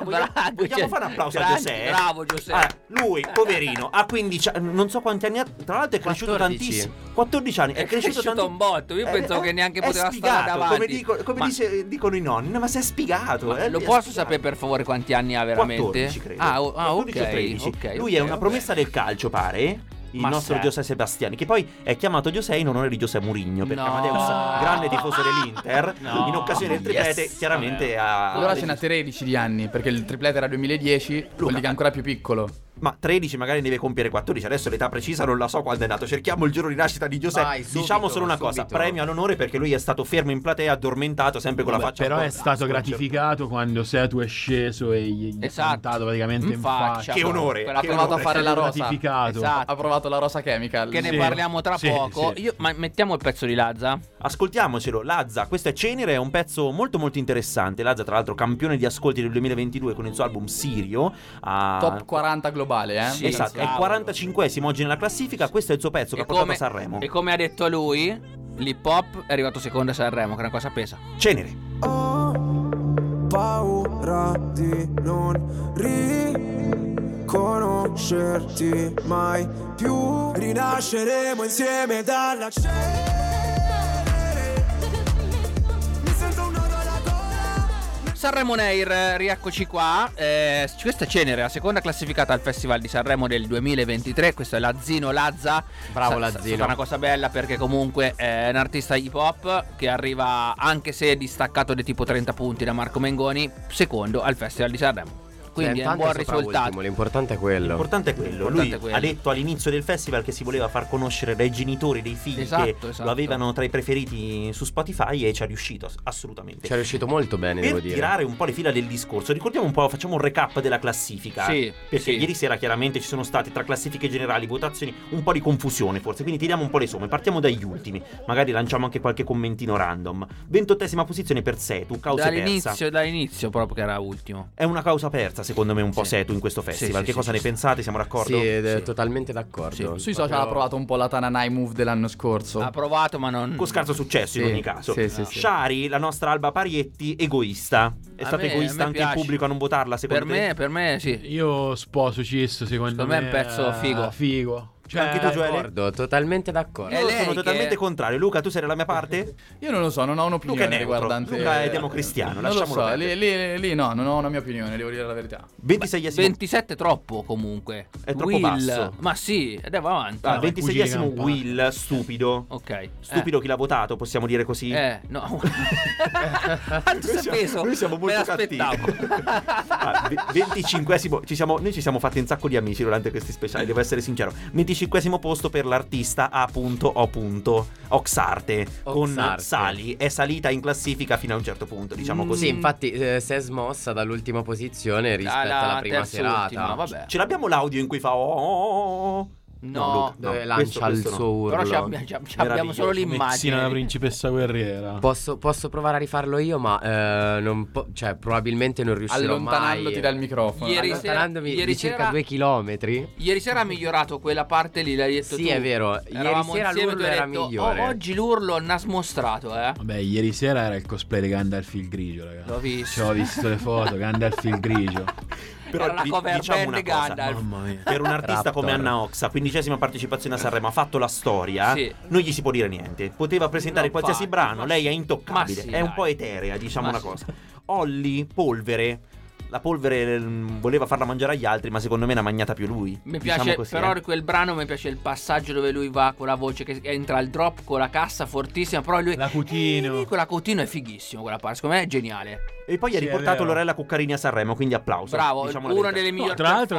Speaker 8: Vogliamo,
Speaker 7: bravo,
Speaker 8: vogliamo
Speaker 7: cioè,
Speaker 8: fare un applauso a
Speaker 7: grande-
Speaker 8: Giuseppe?
Speaker 7: Bravo Giuseppe.
Speaker 8: Allora, lui, poverino, ha 15 anni, non so quanti anni ha, tra l'altro è cresciuto
Speaker 9: 14.
Speaker 8: tantissimo. 14 anni, è,
Speaker 7: È cresciuto
Speaker 8: tanti-
Speaker 7: un botto, io
Speaker 8: Eh,
Speaker 7: pensavo
Speaker 8: eh,
Speaker 7: che neanche
Speaker 8: è
Speaker 7: poteva stare
Speaker 8: sfigato,
Speaker 7: davanti.
Speaker 8: Come, dico- come
Speaker 7: Ma-
Speaker 8: dice- dicono i nonni, no, ma sei sfigato.
Speaker 7: Ma
Speaker 8: eh,
Speaker 7: lo
Speaker 8: lui è
Speaker 7: posso
Speaker 8: sfigato.
Speaker 7: sapere per favore quanti anni ha veramente?
Speaker 8: 14, credo.
Speaker 7: Ah, o- ah,
Speaker 8: 14 o
Speaker 7: ok,
Speaker 8: 13.
Speaker 7: ok,
Speaker 8: Lui
Speaker 7: ok,
Speaker 8: è una
Speaker 7: vabbè.
Speaker 8: promessa del calcio, pare. Il
Speaker 7: Ma
Speaker 8: nostro
Speaker 7: se-
Speaker 8: Giuseppe Sebastiani, che poi è chiamato Giuseppe in onore di Giuseppe Mourinho, perché
Speaker 7: No.
Speaker 8: Amadeus, grande tifoso dell'Inter,
Speaker 10: No.
Speaker 8: in occasione del triplete,
Speaker 10: Yes.
Speaker 8: chiaramente ha.
Speaker 10: Allora ce n'ha 13 di anni, perché il triplete era 2010, vuol dire che è ancora più piccolo.
Speaker 8: Ma 13 magari ne deve compiere 14, adesso l'età precisa non la so quando è nato. Cerchiamo il giorno di nascita di Giuseppe.
Speaker 9: Vai, subito,
Speaker 8: diciamo solo una cosa,
Speaker 9: subito.
Speaker 8: premio all'onore perché lui è stato fermo in platea, addormentato, sempre con la
Speaker 6: Vabbè,
Speaker 8: faccia
Speaker 6: però
Speaker 8: un po'
Speaker 6: è stato
Speaker 8: sconcertata.
Speaker 6: gratificato quando Setu è sceso e gli gli
Speaker 7: Esatto.
Speaker 6: è cantato praticamente in
Speaker 7: In faccia.
Speaker 6: faccia.
Speaker 8: Che onore,
Speaker 7: Quella
Speaker 10: Ha
Speaker 8: che
Speaker 10: provato a
Speaker 8: onore.
Speaker 10: fare la rosa.
Speaker 6: gratificato.
Speaker 7: Esatto.
Speaker 10: Ha provato la rosa chemical.
Speaker 7: Che ne
Speaker 6: Sì.
Speaker 7: parliamo tra
Speaker 6: Sì,
Speaker 7: poco.
Speaker 6: sì.
Speaker 7: Io- ma mettiamo il pezzo di Lazza.
Speaker 8: Ascoltiamocelo, Lazza, questo è Cenere, è un pezzo molto molto interessante. Lazza tra l'altro campione di ascolti del 2022 con il suo album Sirio. ha-
Speaker 10: Top 40 globale, eh?
Speaker 7: Sì,
Speaker 8: Esatto, è
Speaker 7: cavolo.
Speaker 8: 45esimo oggi nella classifica, questo è il suo pezzo che ha portato a Sanremo.
Speaker 7: e come ha detto lui, l'hip hop è arrivato secondo a Sanremo, che è una cosa pesa.
Speaker 8: Cenere.
Speaker 2: paura di non riconoscerti mai più. Rinasceremo insieme dalla cenere. Mi sento un nodo alla gola.
Speaker 7: Sanremo Nair, eh, rieccoci qua. Eh, questa è Cenere, la seconda classificata al Festival di Sanremo del 2023. Questo è Lazzino Lazza.
Speaker 9: Bravo,
Speaker 7: Sa- sa-
Speaker 9: Lazzino.
Speaker 7: È stata una cosa bella perché comunque è un artista hip hop che arriva, anche se distaccato di tipo 30 punti da Marco Mengoni, secondo al Festival di Sanremo. Quindi è un
Speaker 9: L'importante
Speaker 7: buon
Speaker 9: sopraultimo,
Speaker 7: risultato.
Speaker 9: L'importante è quello.
Speaker 8: L'importante è quello.
Speaker 7: L'importante
Speaker 8: Lui
Speaker 7: è quello.
Speaker 8: ha detto all'inizio del festival che si voleva far conoscere dai genitori dei figli
Speaker 7: Esatto,
Speaker 8: che
Speaker 7: esatto.
Speaker 8: lo avevano tra i preferiti su Spotify e ci è riuscito ass- assolutamente.
Speaker 7: Cioè,
Speaker 9: Ci è riuscito molto bene, devo
Speaker 8: per
Speaker 9: dire.
Speaker 8: tirare un po' le fila del discorso, ricordiamo un po', facciamo un recap della classifica.
Speaker 7: Sì,
Speaker 8: Perché
Speaker 7: sì.
Speaker 8: ieri sera chiaramente ci sono state tra classifiche generali, votazioni, un po' di confusione forse. Quindi tiriamo un po' le somme. Partiamo dagli ultimi. Magari lanciamo anche qualche commentino random. 28esima posizione per Setu, causa persa.
Speaker 7: Dall'inizio, dall'inizio proprio che era ultimo.
Speaker 8: È una causa persa, secondo me, un po'
Speaker 7: Sì.
Speaker 8: Setu in questo festival.
Speaker 7: sì,
Speaker 8: che
Speaker 7: sì,
Speaker 8: cosa
Speaker 7: sì,
Speaker 8: ne
Speaker 7: sì.
Speaker 8: pensate? Siamo d'accordo?
Speaker 9: Sì, ed è
Speaker 8: Sì.
Speaker 9: totalmente d'accordo.
Speaker 10: Sui social ha
Speaker 9: Proprio-
Speaker 10: provato un po' la Tananai Move dell'anno scorso.
Speaker 7: Ha provato, ma non.
Speaker 8: con scarso successo in
Speaker 10: Mm. Sì,
Speaker 8: ogni caso.
Speaker 10: sì, sì, sì.
Speaker 8: Shari, la nostra Alba Parietti, egoista. È
Speaker 7: A
Speaker 8: stata
Speaker 7: me-
Speaker 8: egoista
Speaker 7: a me
Speaker 8: anche
Speaker 7: piace.
Speaker 8: il pubblico a non votarla,
Speaker 7: per
Speaker 8: secondo
Speaker 7: me, per me sì.
Speaker 6: Io sposo Cisso, secondo,
Speaker 7: Secondo me è un pezzo
Speaker 6: eh,
Speaker 7: figo.
Speaker 6: Figo.
Speaker 8: Cioè, anche tu, Gioele?
Speaker 9: D'accordo, totalmente d'accordo.
Speaker 8: Io sono totalmente contrario. Luca, tu sei dalla mia parte?
Speaker 10: Io non lo so, non
Speaker 8: Luca
Speaker 10: ho
Speaker 8: è
Speaker 10: un'opinione
Speaker 8: neutro.
Speaker 10: riguardante.
Speaker 8: Luca è democristiano,
Speaker 10: non
Speaker 8: lasciamolo
Speaker 10: lo so,
Speaker 8: perdere.
Speaker 10: lì, lì- lì no, non ho una mia opinione, devo dire la verità.
Speaker 7: 27 è troppo comunque.
Speaker 10: È troppo
Speaker 7: Will.
Speaker 10: basso.
Speaker 7: Ma sì, ed è va avanti.
Speaker 8: Ah, 26esimo Will, stupido.
Speaker 7: Ok.
Speaker 8: Stupido chi l'ha votato, possiamo dire così?
Speaker 7: Eh, no. Tanto si è peso.
Speaker 8: Noi siamo
Speaker 7: Me
Speaker 8: molto cattivi. Ah, ve- 25esimo, ci siamo- noi ci siamo fatti un sacco di amici durante questi speciali, devo essere sincero. 25esimo posto per l'artista A.O. Oxarte, con
Speaker 9: Oxarte.
Speaker 8: Sali. È salita in classifica fino a un certo punto, diciamo
Speaker 7: Mm.
Speaker 8: così.
Speaker 9: Sì, infatti eh, si è smossa dall'ultima posizione rispetto
Speaker 8: Alla
Speaker 9: alla prima
Speaker 8: terz'ultima,
Speaker 9: serata.
Speaker 8: vabbè. Ce l'abbiamo l'audio in cui fa oh, oh, oh.
Speaker 7: No,
Speaker 8: Luca,
Speaker 9: dove
Speaker 8: questo-
Speaker 9: lancia
Speaker 8: questo
Speaker 9: il
Speaker 8: no.
Speaker 9: suo urlo.
Speaker 7: Però ci abbia- ci abbia- ci abbiamo solo
Speaker 9: Meraviglioso.
Speaker 7: l'immagine.
Speaker 6: la principessa guerriera.
Speaker 9: Posso, posso provare a rifarlo io, ma eh, non po- cioè, probabilmente non riuscirò
Speaker 10: Allontanandoti
Speaker 9: mai.
Speaker 10: dal microfono.
Speaker 7: Ieri sera-
Speaker 9: Allontanandomi
Speaker 7: ieri
Speaker 9: di circa
Speaker 7: sera-
Speaker 9: due chilometri.
Speaker 7: Ieri sera ha migliorato quella parte lì, l'hai detto
Speaker 9: Sì,
Speaker 7: tu.
Speaker 9: è vero. Ieri
Speaker 7: Eravamo
Speaker 9: sera
Speaker 7: insieme,
Speaker 9: l'urlo
Speaker 7: tu hai
Speaker 9: era
Speaker 7: detto, "Oh,
Speaker 9: migliore."
Speaker 7: oggi l'urlo n'ha smostrato, eh.
Speaker 6: Vabbè, ieri sera era il cosplay di Gandalf il grigio, ragazzi.
Speaker 7: L'ho
Speaker 6: Ci
Speaker 7: visto.
Speaker 6: ho visto le foto, Gandalf il grigio.
Speaker 8: Però
Speaker 7: Era la
Speaker 8: vi-
Speaker 7: cover band
Speaker 8: diciamo una cosa,
Speaker 7: Gandalf.
Speaker 6: Mamma mia.
Speaker 8: Per un artista
Speaker 9: Raptor.
Speaker 8: come Anna Oxa, quindicesima partecipazione a Sanremo, ha fatto la storia,
Speaker 7: Sì.
Speaker 8: non gli si può dire niente. Poteva presentare
Speaker 7: No,
Speaker 8: qualsiasi
Speaker 7: infatti,
Speaker 8: brano, lei è
Speaker 7: ma
Speaker 8: intoccabile,
Speaker 7: sì,
Speaker 8: è un
Speaker 7: dai.
Speaker 8: po' eterea, diciamo
Speaker 7: Ma
Speaker 8: una
Speaker 7: sì.
Speaker 8: cosa. Olli, polvere. La polvere mm, voleva farla mangiare agli altri, ma secondo me ne ha mangiata più lui.
Speaker 7: Mi
Speaker 8: Diciamo
Speaker 7: piace,
Speaker 8: così,
Speaker 7: però
Speaker 8: eh.
Speaker 7: quel brano mi piace il passaggio dove lui va con la voce che entra al drop con la cassa fortissima, però lui... La Cutino. Quella Cutino è fighissimo quella parte, secondo me è geniale.
Speaker 8: E poi ha
Speaker 7: Sì, è
Speaker 8: riportato
Speaker 7: vero.
Speaker 8: Lorella Cuccarini a Sanremo, quindi applauso.
Speaker 7: Bravo,
Speaker 8: diciamo la
Speaker 7: una
Speaker 8: verità.
Speaker 7: delle migliori
Speaker 6: tra l'altro,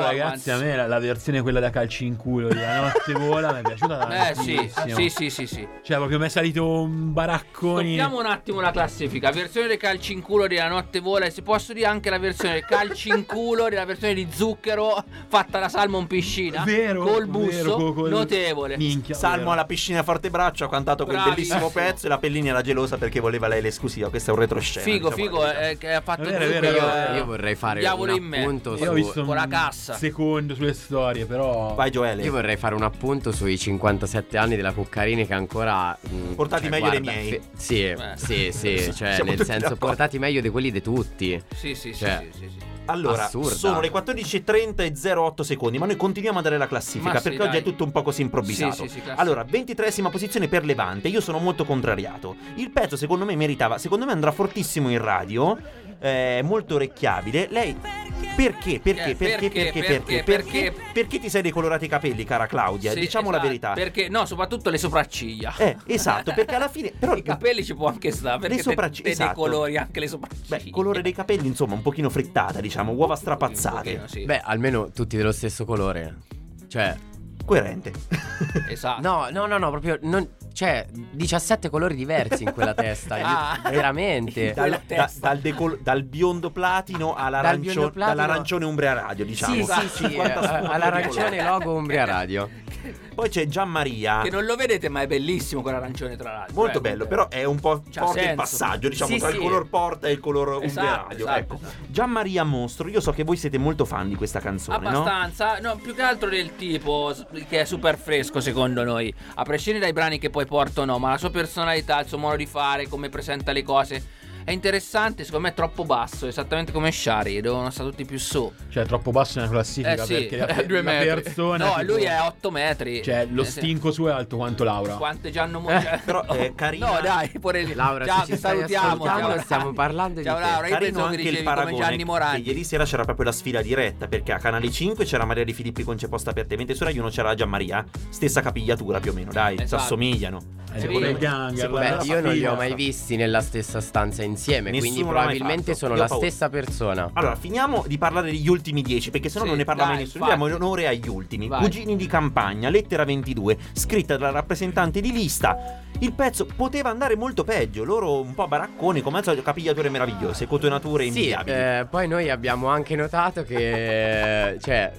Speaker 6: ragazzi,
Speaker 7: performance.
Speaker 6: a me la, la versione quella da calci in culo di La notte vola mi Ah, è piaciuta
Speaker 7: Eh sì,
Speaker 6: tantissimo.
Speaker 7: sì, sì, sì, sì.
Speaker 6: Cioè, proprio mi è salito un baracconi.
Speaker 7: Stoppiamo un attimo la classifica. Versione del calci in culo della notte vola e se posso dire anche la versione del calci in culo della versione di zucchero fatta da Salmon Piscina.
Speaker 6: Vero,
Speaker 7: Col busso,
Speaker 6: vero, co- col-
Speaker 7: notevole.
Speaker 8: Salmo alla piscina forte braccio ha cantato quel
Speaker 7: Bravissimo.
Speaker 8: bellissimo pezzo e la Pellini era gelosa perché voleva lei l'esclusiva. Questo è un retroscena.
Speaker 7: Figo,
Speaker 8: diciamo.
Speaker 7: figo, eh, che ha fatto
Speaker 6: È vero, è
Speaker 7: zucchero,
Speaker 6: vero, è
Speaker 7: eh.
Speaker 6: vero.
Speaker 9: Io vorrei fare
Speaker 7: Diavolo in
Speaker 9: un
Speaker 7: me.
Speaker 9: appunto
Speaker 6: Io ho
Speaker 9: su-
Speaker 6: visto
Speaker 7: con la
Speaker 6: un
Speaker 7: cassa.
Speaker 6: secondo sulle storie, però.
Speaker 8: Vai, Joele.
Speaker 9: Io vorrei fare un appunto sui 57 anni della Cuccarini che ancora. mm, mh,
Speaker 8: Portati meglio dei miei.
Speaker 9: sì,
Speaker 7: Eh.
Speaker 9: sì, sì, cioè,
Speaker 8: Siamo
Speaker 9: nel
Speaker 8: tutti
Speaker 9: senso,
Speaker 8: d'accordo.
Speaker 9: portati meglio di quelli di tutti.
Speaker 7: Sì, sì, sì,
Speaker 9: Cioè,
Speaker 7: sì, sì, sì.
Speaker 8: Allora,
Speaker 9: Assurda.
Speaker 8: sono le 14.30 e 08 secondi, ma noi continuiamo a dare la classifica
Speaker 7: Ma sì,
Speaker 8: perché
Speaker 7: dai.
Speaker 8: oggi è tutto un po' così improvvisato.
Speaker 7: Sì, sì, sì, classifica.
Speaker 8: allora, 23esima posizione per Levante, io sono molto contrariato. Il pezzo secondo me meritava, secondo me andrà fortissimo in radio, è molto orecchiabile. Lei perché? Perché?
Speaker 7: Eh,
Speaker 8: Perché? Perché?
Speaker 7: perché,
Speaker 8: Perché?
Speaker 7: perché,
Speaker 8: Perché? Perché ti sei decolorati i capelli, cara Claudia?
Speaker 7: Sì,
Speaker 8: Diciamo la
Speaker 7: esatto,
Speaker 8: verità.
Speaker 7: Perché no, soprattutto le sopracciglia.
Speaker 8: Eh, esatto, perché alla fine però
Speaker 7: I capelli ci può anche stare, perché
Speaker 8: Le sopracciglia,
Speaker 7: te, te
Speaker 8: esatto.
Speaker 7: decolori anche le sopracciglia.
Speaker 8: Beh, il colore dei capelli, insomma, un pochino frittata, diciamo, uova strapazzate.
Speaker 7: Sì,
Speaker 9: Beh, almeno tutti dello stesso colore. Cioè,
Speaker 8: Coerente.
Speaker 7: esatto.
Speaker 9: no, no, no, no, proprio. Non, cioè, 17 colori diversi in quella testa.
Speaker 7: Ah.
Speaker 9: io- veramente.
Speaker 8: Dal,
Speaker 7: Quella
Speaker 8: da-
Speaker 7: testa.
Speaker 8: dal decol- dal biondo platino
Speaker 9: Dal
Speaker 8: all'arancio-
Speaker 9: biondo platino-
Speaker 8: dall'arancione umbria radio, diciamo.
Speaker 9: Sì, sì, sì. eh,
Speaker 8: 50 sfumature di
Speaker 9: all'arancione
Speaker 8: colore.
Speaker 9: logo Umbria Radio.
Speaker 8: Poi c'è Gianmaria.
Speaker 7: Che non lo vedete, ma è bellissimo quell'arancione, tra l'altro.
Speaker 8: Molto
Speaker 7: eh.
Speaker 8: bello, però è un po'
Speaker 7: C'ha
Speaker 8: forte il
Speaker 7: senso.
Speaker 8: passaggio, diciamo,
Speaker 7: Sì,
Speaker 8: tra
Speaker 7: sì.
Speaker 8: il color porta e il color umbria
Speaker 7: Esatto,
Speaker 8: radio.
Speaker 7: esatto,
Speaker 8: ecco.
Speaker 7: esatto.
Speaker 8: Gianmaria Mostro, io so che voi siete molto fan di questa canzone, no?
Speaker 7: Abbastanza, no? più che altro del tipo s- che è super fresco secondo noi, a prescindere dai brani che poi porto o no, ma la sua personalità, il suo modo di fare, come presenta le cose, è interessante, secondo me è troppo basso, esattamente come Shari, devono stare tutti più su.
Speaker 6: Cioè, troppo basso nella classifica
Speaker 7: Eh, sì.
Speaker 6: perché
Speaker 7: Eh,
Speaker 6: la,
Speaker 7: due
Speaker 6: la
Speaker 7: metri.
Speaker 6: persona.
Speaker 7: no,
Speaker 6: tipo-
Speaker 7: lui è a 8 metri.
Speaker 6: Cioè, lo
Speaker 7: Eh, sì.
Speaker 6: stinco suo è alto quanto Laura.
Speaker 7: Quante già hanno mo- cioè-
Speaker 8: Eh, Però è carina.
Speaker 7: No, dai, pure lì.
Speaker 9: Laura,
Speaker 7: ciao,
Speaker 9: se ci
Speaker 7: ti
Speaker 9: stai
Speaker 7: salutiamo.
Speaker 9: ascoltando,
Speaker 7: Ciao, Laura.
Speaker 9: stiamo parlando di
Speaker 7: Ciao,
Speaker 9: te.
Speaker 7: Laura. Io
Speaker 8: Carino
Speaker 7: pensavo che
Speaker 8: anche il
Speaker 7: dicevi come
Speaker 8: paragone
Speaker 7: Gianni Morandi.
Speaker 8: che ieri sera c'era proprio la sfida diretta perché a Canale 5 c'era Maria Di Filippi con C'è posta apertamente su Rai 1 c'era Gianmaria stessa capigliatura più o meno dai si
Speaker 7: Esatto.
Speaker 8: assomigliano
Speaker 6: È
Speaker 8: Si
Speaker 6: Eh, tipo
Speaker 8: può-
Speaker 6: il
Speaker 8: si
Speaker 6: ganger.
Speaker 8: può-
Speaker 9: Beh,
Speaker 6: la-
Speaker 9: io non li ho
Speaker 6: la-
Speaker 9: mai visti nella stessa stanza insieme,
Speaker 8: Nessuno
Speaker 9: quindi
Speaker 8: l'ha mai
Speaker 9: probabilmente
Speaker 8: fatto.
Speaker 9: sono
Speaker 8: Io ho
Speaker 9: la
Speaker 8: paura.
Speaker 9: stessa persona.
Speaker 8: Allora, finiamo di parlare degli ultimi 10, perché sennò
Speaker 7: Sì,
Speaker 8: non ne parla
Speaker 7: dai,
Speaker 8: mai nessuno.
Speaker 7: infatti.
Speaker 8: Diamo in onore agli ultimi.
Speaker 7: Vai.
Speaker 8: Cugini di campagna, lettera 22, scritta dalla rappresentante di lista. Il pezzo poteva andare molto peggio, loro un po' baracconi, come al solito, capigliature meravigliose, cotonature
Speaker 9: Sì,
Speaker 8: invidiabili.
Speaker 9: eh, poi noi abbiamo anche notato che cioè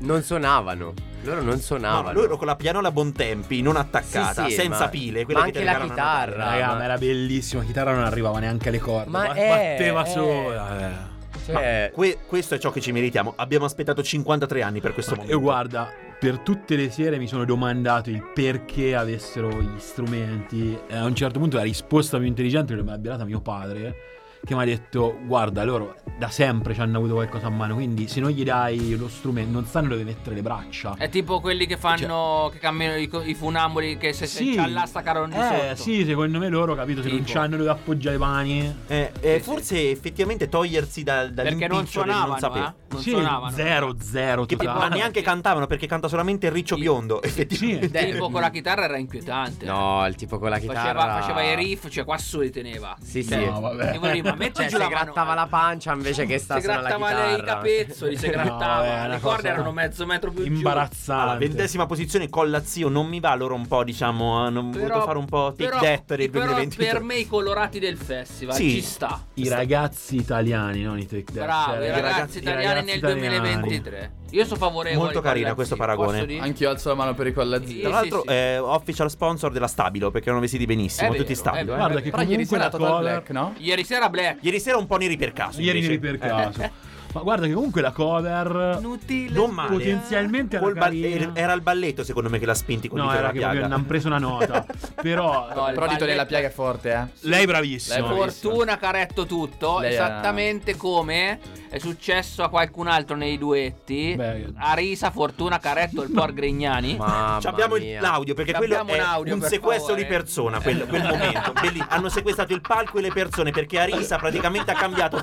Speaker 9: non suonavano. Loro non
Speaker 8: No,
Speaker 9: suonavano.
Speaker 8: no, loro con la pianola Bontempi, non
Speaker 9: Sì,
Speaker 8: attaccata,
Speaker 9: sì,
Speaker 8: senza
Speaker 9: ma-
Speaker 8: pile, quella
Speaker 9: ma
Speaker 8: che
Speaker 9: anche
Speaker 8: ti
Speaker 9: la
Speaker 8: regalano a Natale.
Speaker 9: chitarra.
Speaker 6: Raga,
Speaker 9: ma-
Speaker 6: ma era bellissima. La chitarra non arrivava neanche alle corde.
Speaker 9: Ma
Speaker 6: Ma
Speaker 9: è-
Speaker 6: batteva
Speaker 9: è-
Speaker 6: sola. eh.
Speaker 9: Cioè,
Speaker 8: Que- questo è ciò che ci meritiamo. Abbiamo aspettato 53 anni per questo momento.
Speaker 6: Io guarda, per tutte le sere mi sono domandato il perché Eh, avessero gli strumenti. E a un certo punto la risposta più intelligente che mi abbia data mio padre che mi ha detto guarda loro da sempre ci hanno avuto qualcosa a mano quindi se non gli dai lo strumento non sanno dove mettere le braccia
Speaker 9: Eh,
Speaker 7: È tipo quelli che fanno. che camminano i, co- i funamboli che se, se
Speaker 6: Sì.
Speaker 7: c'ha l'asta carone
Speaker 6: eh
Speaker 7: sotto.
Speaker 6: sì secondo me loro capito se non
Speaker 7: Tipo.
Speaker 6: c'hanno dove appoggiare i pani
Speaker 8: Eh, eh, forse effettivamente togliersi dal,
Speaker 7: Perché non
Speaker 8: dall'impiccio del
Speaker 7: suonavano,
Speaker 8: sapere.
Speaker 7: eh? Non Sì, suonavano.
Speaker 6: zero zero
Speaker 8: che
Speaker 6: totale.
Speaker 8: ma
Speaker 9: Esatto.
Speaker 8: neanche cantavano perché canta solamente Riccio Biondo effettivamente
Speaker 7: Tipo con la chitarra era inquietante.
Speaker 9: No, il tipo con la
Speaker 7: Faceva,
Speaker 9: chitarra.
Speaker 7: faceva i riff, cioè qua su li teneva.
Speaker 9: Sì, sì.
Speaker 7: Cioè, devo dire, ma metti
Speaker 9: Cioè,
Speaker 7: giù
Speaker 9: si
Speaker 7: la mano. eh.
Speaker 9: grattava la pancia invece che
Speaker 7: Si
Speaker 9: sta suonando la
Speaker 7: grattava le- i
Speaker 9: chitarra.
Speaker 7: capezzoli, si grattava.
Speaker 8: è una
Speaker 7: Le corde
Speaker 8: cosa
Speaker 7: erano mezzo metro più giù.
Speaker 9: esatto.
Speaker 8: Alla ventesima posizione Colla Zio non mi va loro un po' diciamo hanno voluto fare un po' take
Speaker 7: però-
Speaker 8: that per il
Speaker 7: però
Speaker 8: 2023
Speaker 7: per me i colorati del festival
Speaker 8: Sì.
Speaker 7: ci sta.
Speaker 6: i ragazzi italiani non Cioè, i tech
Speaker 7: Bravi, i ragazzi italiani nel 2023. Io sono favorevole.
Speaker 8: Molto
Speaker 7: ai
Speaker 8: carina
Speaker 7: colorati,
Speaker 8: questo
Speaker 7: posso
Speaker 8: paragone
Speaker 7: dire?
Speaker 10: Anch'io alzo la mano per i colla
Speaker 7: Sì,
Speaker 8: Tra
Speaker 7: sì,
Speaker 8: l'altro
Speaker 7: sì.
Speaker 8: eh, official sponsor della Stabilo perché erano vestiti benissimo
Speaker 7: È
Speaker 8: tutti
Speaker 7: vero, è
Speaker 8: stabilo
Speaker 7: vero.
Speaker 8: eh.
Speaker 7: Guarda che Però ieri comunque sera la Total cover- Black,
Speaker 10: no?
Speaker 7: Ieri sera Black.
Speaker 8: Ieri sera un po' neri per caso
Speaker 6: ieri neri
Speaker 8: invece.
Speaker 6: per
Speaker 8: Eh.
Speaker 6: caso ma guarda che comunque la cover
Speaker 8: non male.
Speaker 6: potenzialmente era
Speaker 8: Col ba-
Speaker 6: carina.
Speaker 8: er- era il balletto secondo me che l'ha spinti con
Speaker 6: No,
Speaker 8: Dito
Speaker 6: era
Speaker 8: della
Speaker 6: che proprio
Speaker 8: piaga
Speaker 6: non hanno preso una nota. Però.
Speaker 7: il Però Dito della balletto-
Speaker 10: Piaga è forte, eh.
Speaker 6: Lei è bravissima.
Speaker 7: La fortuna che ha retto tutto,
Speaker 10: Lei era-
Speaker 7: esattamente come è successo a qualcun altro nei duetti. a Risa, fortuna che ha retto il por Grignani.
Speaker 8: Ci abbiamo il- l'audio perché
Speaker 7: Ci
Speaker 8: quello
Speaker 7: abbiamo
Speaker 8: è
Speaker 7: un audio, per
Speaker 8: sequestro
Speaker 7: favore.
Speaker 8: di persona quel, quel momento Belli- hanno sequestrato il palco e le persone perché Arisa praticamente ha cambiato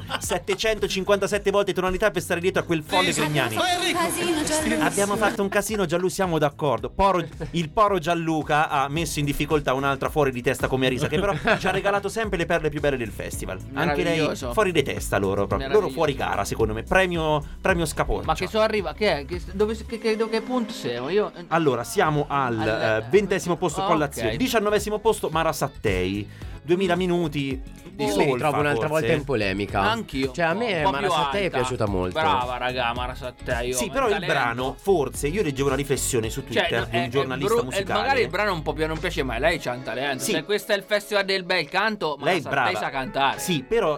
Speaker 8: 757 volte tonalità per stare dietro a quel folle Grignani
Speaker 3: cioè
Speaker 8: Abbiamo fatto un casino, Gianlu siamo d'accordo. Poro- il poro Gianluca ha messo in difficoltà un'altra fuori di testa come Arisa, che però ci ha regalato sempre le perle più belle del festival. Anche lei
Speaker 7: Meraviglioso.
Speaker 8: fuori di testa loro, proprio. loro
Speaker 7: Meraviglioso.
Speaker 8: fuori gara secondo me, premio, premio Scapone.
Speaker 7: Ma che so arriva? Che è? Che, dove, che, che, dove- che punto siamo? Io.
Speaker 8: Allora, siamo al
Speaker 7: Al-
Speaker 8: eh, ventesimo posto
Speaker 7: Ah,
Speaker 8: con l'azione,
Speaker 7: ok.
Speaker 8: diciannovesimo posto Marasattei, 2000 minuti di
Speaker 9: Io mi
Speaker 8: solfa,
Speaker 9: ritrovo un'altra
Speaker 8: forse.
Speaker 9: volta in polemica.
Speaker 7: Anch'io.
Speaker 9: Cioè, a
Speaker 7: Un
Speaker 9: me
Speaker 7: po' più
Speaker 9: Marasattei è
Speaker 7: alta.
Speaker 9: piaciuta molto.
Speaker 7: Brava, raga, Marasattei. oh,
Speaker 8: Sì,
Speaker 7: ma
Speaker 8: però il
Speaker 7: talento.
Speaker 8: brano, forse, io leggevo una riflessione su
Speaker 7: Cioè,
Speaker 8: Twitter
Speaker 7: no,
Speaker 8: di
Speaker 7: è-
Speaker 8: un
Speaker 7: è
Speaker 8: giornalista
Speaker 7: bru- è-
Speaker 8: musicale.
Speaker 7: Magari il brano un po' più non piace, ma lei c'ha un talento.
Speaker 8: Sì.
Speaker 7: Se questo è il festival del bel canto, ma
Speaker 8: Lei è brava.
Speaker 7: sa cantare.
Speaker 8: Sì, però.